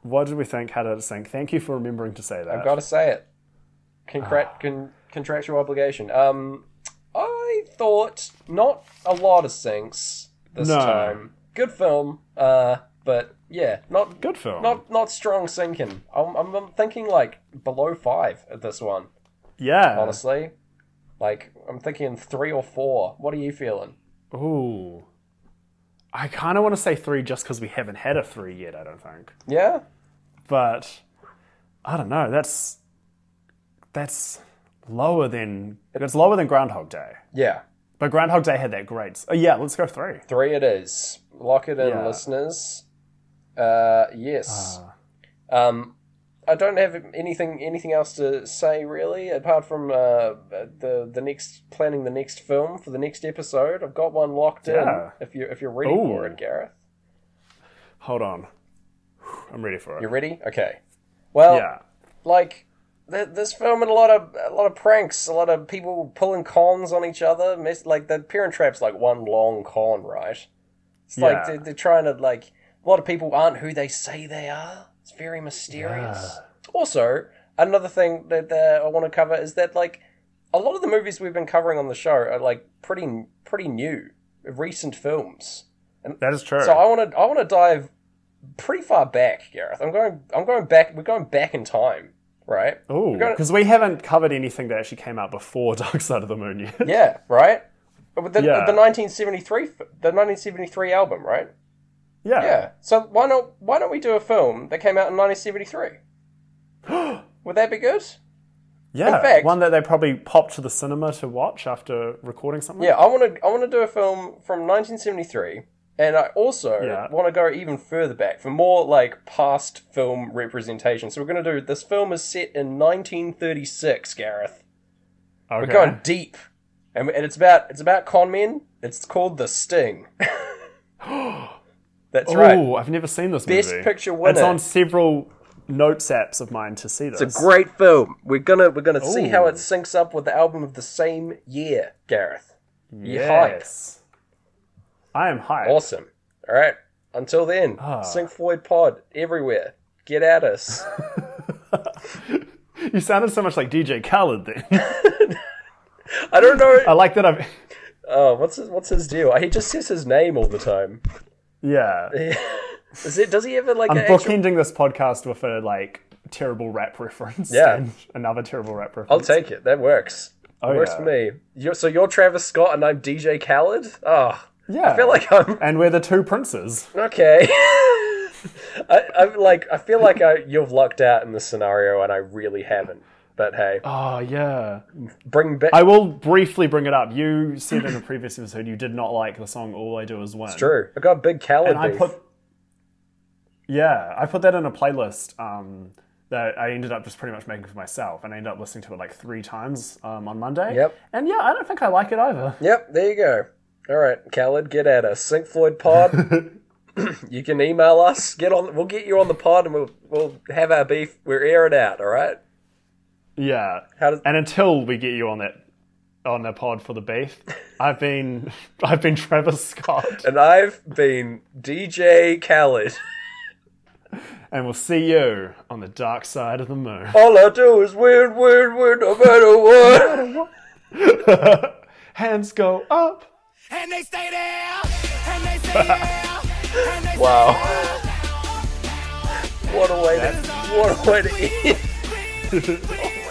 What did we think? How did it sink? Thank you for remembering to say that.
I've got to say it. Concrat- con- contractual obligation. Um, I thought not a lot of sinks this
No.
time. Good film, uh, but yeah, not
Good film.
not not strong sinking. I'm, I'm, I'm thinking like below five at this one.
yeah.
Honestly, like I'm thinking three or four. What are you feeling?
Ooh. I kind of want to say three just because we haven't had a three yet, I don't think.
Yeah,
But I don't know. That's that's lower than it's lower than Groundhog Day.
yeah,
But Groundhog Day had that great. Oh yeah, let's go three.
three it is. Lock it in,
Yeah.
listeners. Uh, yes.
Ah.
Um, I don't have anything anything else to say really, apart from uh, the the next planning the next film for the next episode. I've got one locked
Yeah.
in. If you if you're ready
Ooh.
for it, Gareth,
Hold on. I'm ready for it.
you ready? Okay. Well,
Yeah.
like th- this film had a lot of a lot of pranks, a lot of people pulling cons on each other. Mess- like the Parent Trap's like one long con, right? It's like
Yeah.
they're, they're trying to like a lot of people aren't who they say they are. It's very mysterious. Also, another thing that, that I want to cover is that like a lot of the movies we've been covering on the show are like pretty pretty new, recent films.
That is true.
So I want to I want to dive pretty far back, Gareth. I'm going I'm going back. We're going back in time, right?
Ooh,
gonna-
because we haven't covered anything that actually came out before Dark Side of the Moon yet.
Yeah, right. But The,
Yeah.
the 1973 f- the 1973 album, right?
yeah.
Yeah. So why not why don't we do a film that came out in 1973? Would that be good?
Yeah.
fact-
One that they probably popped to the cinema to watch after recording something.
Yeah, I want to I want to do a film from 1973 and I also
Yeah.
want to go even further back for more like past film representation. So we're going to do this film is set in 1936, Gareth.
Okay.
We're going deep, and, and it's about it's about con men. It's called The Sting. That's right.
Ooh, I've never seen this
Best
movie.
Picture winner.
It's on several notes apps of mine to see this.
It's a great film. We're gonna we're gonna see how
Ooh.
it syncs up with the album of the same year, Gareth. You hype.
yes. I am hyped.
Awesome. All right. Until then,
Ah.
Sync Floyd Pod everywhere. Get at us.
You sounded so much like DJ Khaled then.
I don't
I
know.
like that I've.
Oh, what's his, what's his deal? He just says his name all the time.
Yeah.
Is it? Does he ever like? an
I'm
actual-
bookending this podcast with a like terrible rap reference.
Yeah.
And another terrible rap reference.
I'll take it. That works.
Oh,
works
yeah.
for me. You're, so you're Travis Scott and I'm DJ Khaled. Oh,
Yeah.
I feel like I'm
And we're the two princes.
okay. I, I'm like I feel like I, you've lucked out in this scenario, and I really haven't. But hey,
Oh yeah.
bring back.
I will briefly bring it up. You said in a previous episode you did not like the song "All I Do Is Win."
True. I got big Khaled
And I
beef.
put. Yeah, I put that in a playlist um, that I ended up just pretty much making for myself, and I ended up listening to it like three times um, on Monday.
Yep.
And yeah, I don't think I like it either.
Yep. There you go. All right, Khaled, get at us. Sync Floyd Pod. you can email us. Get on. We'll get you on the pod, and we'll we'll have our beef. We'll air it out. All right.
Yeah.
How does?
And until we get you on that on the pod for the beef, I've been I've been Travis Scott,
And I've been DJ Khaled.
and we'll see you on the dark side of the moon.
All I do is win, win, win, no matter what.
Hands go up.
And they stay there. And they stay there. And they
Wow.
stay
What a way to, what a way to end.
there.